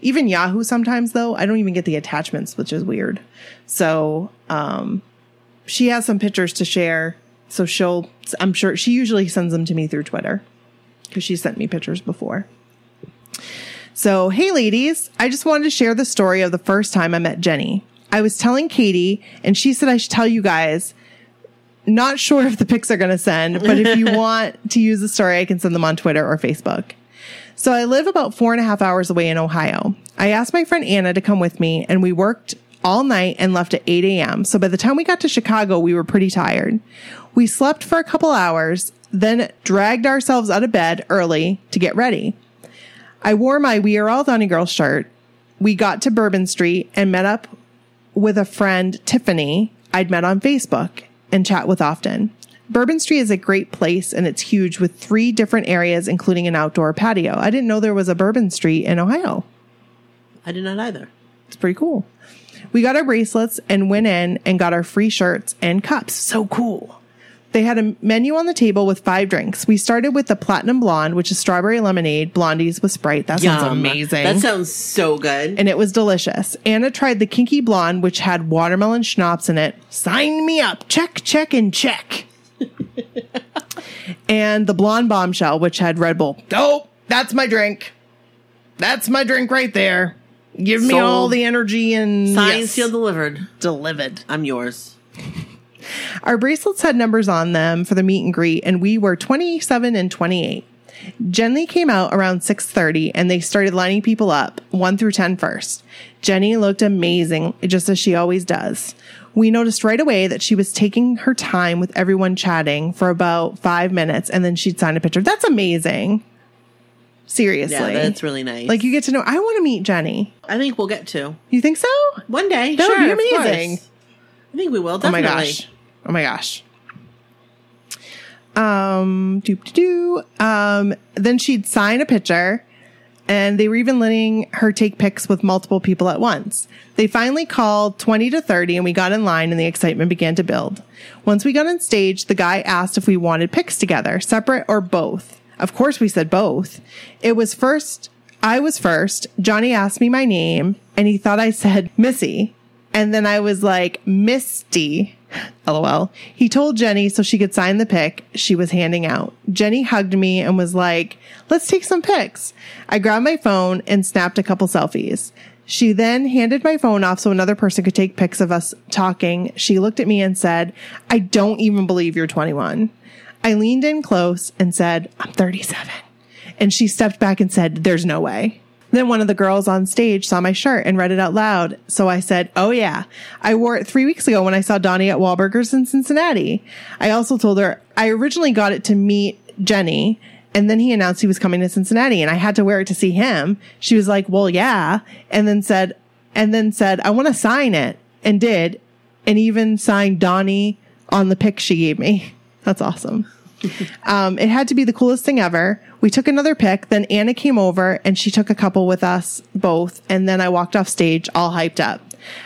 B: even Yahoo sometimes though, I don't even get the attachments, which is weird. So, um, she has some pictures to share. So she'll, I'm sure she usually sends them to me through Twitter because she sent me pictures before. So, hey ladies, I just wanted to share the story of the first time I met Jenny. I was telling Katie, and she said I should tell you guys. Not sure if the pics are going to send, but if you want to use the story, I can send them on Twitter or Facebook. So I live about four and a half hours away in Ohio. I asked my friend Anna to come with me, and we worked all night and left at 8 a.m. So by the time we got to Chicago, we were pretty tired. We slept for a couple hours, then dragged ourselves out of bed early to get ready. I wore my We Are All Donny Girl shirt. We got to Bourbon Street and met up with a friend, Tiffany, I'd met on Facebook and chat with often. Bourbon Street is a great place and it's huge with three different areas, including an outdoor patio. I didn't know there was a Bourbon Street in Ohio.
C: I did not either.
B: It's pretty cool. We got our bracelets and went in and got our free shirts and cups. So cool. They had a menu on the table with five drinks. We started with the Platinum Blonde, which is strawberry lemonade, blondies with Sprite. That sounds
C: Yum.
B: amazing
C: That sounds so good.
B: and it was delicious. Anna tried the kinky blonde, which had watermelon schnapps in it. Sign me up. Check, check, and check. and the blonde bombshell, which had Red Bull. Oh, that's my drink. That's my drink right there. Give me
C: Sold.
B: all the energy and
C: Signed,
B: yes,
C: sealed, delivered.
B: delivered.
C: I'm yours.
B: Our bracelets had numbers on them for the meet and greet, and we were 27 and 28. Jenny came out around 6:30 and they started lining people up, 1 through 10 first. Jenny looked amazing, just as she always does. We noticed right away that she was taking her time with everyone chatting for about 5 minutes and then she'd sign a picture. That's amazing. Seriously.
C: Yeah, that's really nice.
B: like you get to know I want to meet Jenny.
C: I think we'll get to
B: You think so?
C: one day.
B: That would
C: sure,
B: be
C: of course.
B: amazing.
C: I think we will.
B: Oh my
C: Definitely.
B: gosh. Oh my gosh. Um, doop doo doo. Um, then she'd sign a picture and they were even letting her take pics with multiple people at once. They finally called 20 to 30 and we got in line and the excitement began to build. Once we got on stage, the guy asked if we wanted pics together, separate or both. Of course we said both. It was first, I was first. Johnny asked me my name and he thought I said Missy. And then I was like, Misty. LOL. He told Jenny so she could sign the pic she was handing out. Jenny hugged me and was like, let's take some pics. I grabbed my phone and snapped a couple selfies. She then handed my phone off so another person could take pics of us talking. She looked at me and said, I don't even believe you're 21. I leaned in close and said, I'm 37. And she stepped back and said, There's no way. Then one of the girls on stage saw my shirt and read it out loud. So I said, Oh yeah. I wore it three weeks ago when I saw Donnie at Wahlburgers in Cincinnati. I also told her I originally got it to meet Jenny And then he announced he was coming to Cincinnati and I had to wear it to see him. She was like, well, yeah. And then said, and then said, I want to sign it and did and even signed Donnie on the pic she gave me. That's awesome. Um, it had to be the coolest thing ever. We took another pic. Then Anna came over and she took a couple with us both. And then I walked off stage all hyped up.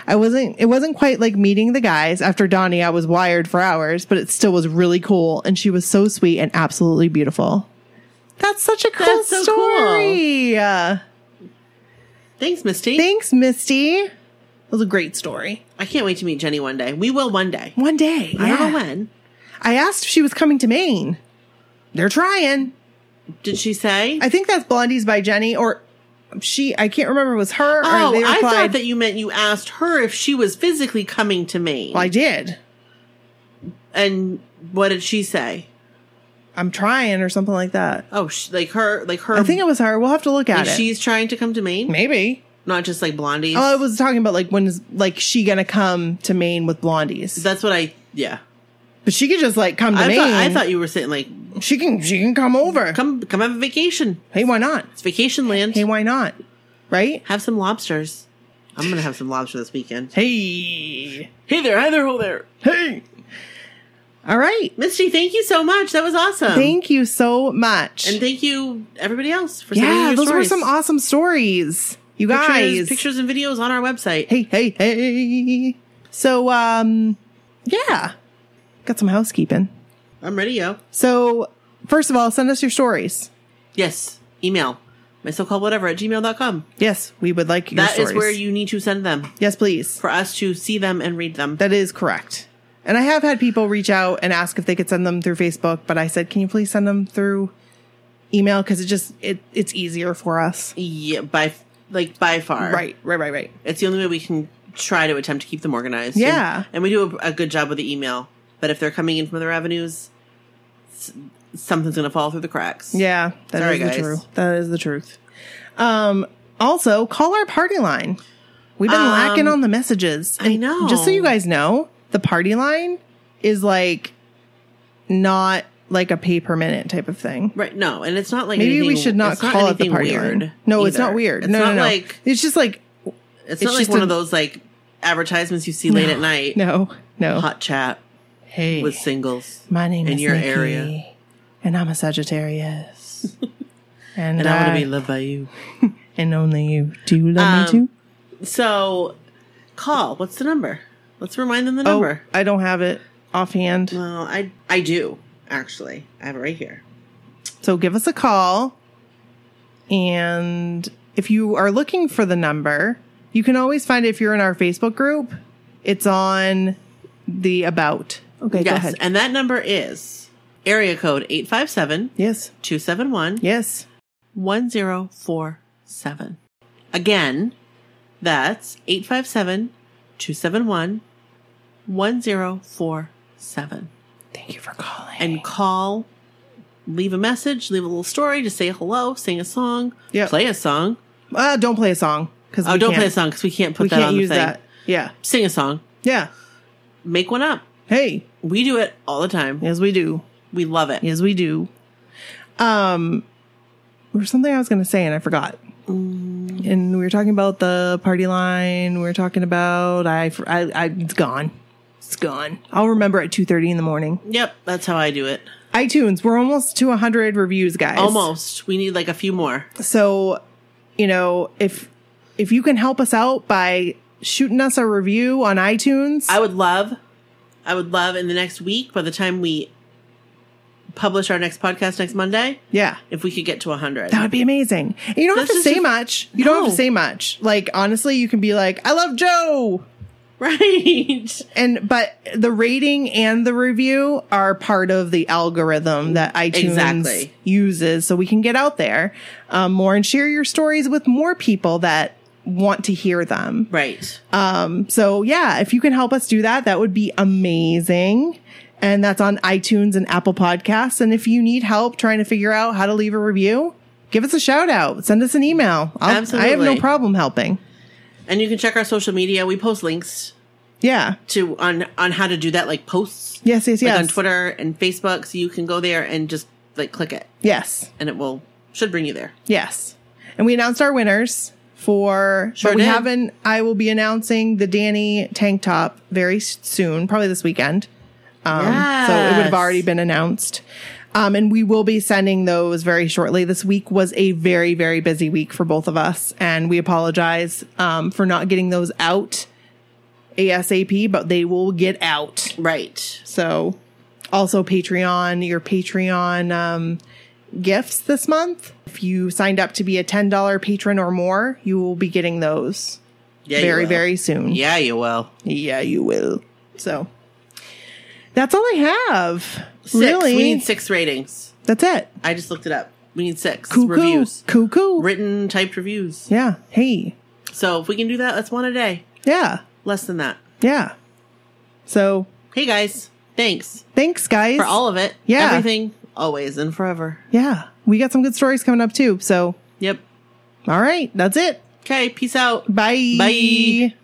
B: I wasn't, it wasn't quite like meeting the guys after Donnie. I was wired for hours, but it still was really cool. And she was so sweet and absolutely beautiful. That's such a cool
C: That's so
B: story. Uh,
C: Thanks, Misty.
B: Thanks, Misty. It was a great story.
C: I can't wait to meet Jenny one day. We will one day.
B: One day.
C: I don't
B: yeah.
C: know when.
B: I asked if she was coming to Maine. They're trying.
C: Did she say?
B: I think that's Blondie's by Jenny or she. I can't remember. It was her?
C: oh,
B: or they
C: I
B: replied,
C: thought that you meant you asked her if she was physically coming to Maine.
B: well, I did.
C: and what did she say?
B: I'm trying or something like that.
C: Oh, she, like her, like her.
B: I think it was her. We'll have to look at
C: like
B: it.
C: she's trying to come to Maine,
B: Maybe.
C: not just like Blondie.
B: Oh, I was talking about like when is like she gonna come to Maine with Blondie's,
C: That's what I. Yeah,
B: but she could just like come to
C: I
B: Maine.
C: thought, I thought you were saying like,
B: she can she can come over.
C: come, come have a vacation.
B: Hey, why not?
C: It's vacation land.
B: Hey, why not? Right?
C: have some lobsters. I'm gonna have some lobster this weekend.
B: Hey,
C: Hey there, hi there, ho there,
B: hey. All right.
C: Misty. Thank you so much. That was awesome.
B: Thank you so much.
C: and thank you everybody else for sending in
B: yeah,
C: your
B: those
C: stories.
B: were some awesome stories, you
C: pictures,
B: guys.
C: pictures and videos on our website.
B: Hey, hey, hey. So, um, yeah, got some housekeeping.
C: I'm ready, yo.
B: So, first of all, send us your stories.
C: Yes, email my so-called whatever at gmail.com.
B: Yes, we would like your
C: That
B: stories.
C: is where you need to send them
B: Yes, please.
C: for us to see them and read them.
B: That is correct. And I have had people reach out and ask if they could send them through Facebook, but I said, can you please send them through email? Because it just it it's easier for us.
C: yeah, by like by far,
B: Right, right, right, right.
C: It's the only way we can try to attempt to keep them organized.
B: Yeah.
C: and, and we do a, a good job with the email, but if they're coming in from other avenues, s- something's gonna fall through the cracks.
B: Yeah, that is
C: Sorry, guys.
B: the truth. That is the truth. Um, also, call our party line. We've been
C: Um,
B: lacking on the messages.
C: I know.
B: Just so you guys know, the party line is like not like a pay per minute type of thing.
C: Right. No, and it's not like
B: Maybe we
C: anything-
B: should not
C: it's not
B: call it the
C: anything
B: party
C: weird
B: line. No, it's
C: either.
B: not weird.
C: It's
B: no,
C: not
B: no, no.
C: like
B: it's just like
C: it's,
B: it's
C: not like
B: just
C: one
B: a-
C: of those like advertisements you see late at night.
B: no, no.
C: Hot chat
B: hey,
C: with singles.
B: my name
C: in
B: is
C: your
B: Nikki,
C: area.
B: and I'm a Sagittarius, and,
C: And I
B: I,
C: want to be loved by you.
B: and only you. Do you love
C: Um,
B: me too?
C: So, call. What's the number? Let's remind them the number.
B: Oh, I don't have it offhand.
C: Well, I I do actually. I have it right here.
B: So give us a call. And if you are looking for the number, you can always find it if you're in our Facebook group. It's on the about. Okay, go
C: yes,
B: ahead.
C: and that number is area code 857
B: Yes.
C: 271
B: Yes.
C: 1047. Again, that's 857 271 1047.
B: Thank you for calling.
C: And call, leave a message, leave a little story, just say hello, sing a song,
B: Yep.
C: play a song.
B: uh, don't play a song because
C: Oh, don't play a song because we can't put
B: We
C: that on
B: can't
C: the
B: use
C: thing.
B: that. Yeah.
C: Sing a song,
B: Yeah.
C: make one up.
B: Hey.
C: We do it all the time.
B: Yes, we do.
C: We love it.
B: Yes, we do. Um, there was something I was going to say and I forgot. And we were talking about the party line. We were talking about I, I, I it's gone. It's gone. I'll remember at two thirty in the morning.
C: Yep, that's how I do it.
B: iTunes. We're almost to hundred reviews, guys.
C: Almost. We need like a few more.
B: So, you know, if if you can help us out by shooting us a review on iTunes,
C: I would love, I would love in the next week, by the time we publish our next podcast next Monday,
B: yeah,
C: if we could get to 100.
B: That would be amazing. And you don't have
C: This
B: to
C: is
B: say
C: just-
B: much. You don't have
C: No.
B: to say much. Like honestly, you can be like, "I love Joe,"
C: Right.
B: and but the rating and the review are part of the algorithm that iTunes
C: Exactly.
B: uses, so we can get out there um, more and share your stories with more people that want to hear them.
C: Right.
B: Um, so yeah, if you can help us do that, that would be amazing. And that's on iTunes and Apple Podcasts. And if you need help trying to figure out how to leave a review, give us a shout out. Send us an email. I'll, I have no
C: Absolutely.
B: problem helping.
C: And you can check our social media. We post links
B: Yeah.
C: to on on how to do that, like posts.
B: Yes, yes,
C: Like
B: yes.
C: on Twitter and Facebook. So you can go there and just like click it
B: Yes.
C: and it will should bring you there.
B: Yes. And we announced our winners for
C: Sure
B: but we
C: did.
B: haven't I will be announcing the Danny tank top very s- soon, probably this weekend. Um so it would have
C: Yes.
B: already been announced. Um and we will be sending those very shortly. This week was a very very busy week for both of us and we apologize um for not getting those out ASAP, but they will get out.
C: Right.
B: So also Patreon, your Patreon um, gifts this month. If you signed up to be a $10 patron or more, you will be getting those
C: Yeah. you
B: very,
C: will.
B: very soon.
C: Yeah, you will.
B: Yeah, you will. So that's all I have.
C: Six.
B: Really?
C: We need six ratings.
B: That's it.
C: I just looked it up. We need six
B: Cuckoo.
C: reviews.
B: Cuckoo.
C: Written typed reviews.
B: yeah. Hey.
C: So if we can do that, that's one a day.
B: Yeah.
C: Less than that.
B: Yeah. So
C: Hey guys. Thanks.
B: thanks, guys.
C: For all of it.
B: Yeah.
C: Everything. Always and forever.
B: yeah. We got some good stories coming up too. So,
C: Yep.
B: all right. That's it.
C: Okay, peace out.
B: Bye.
C: Bye.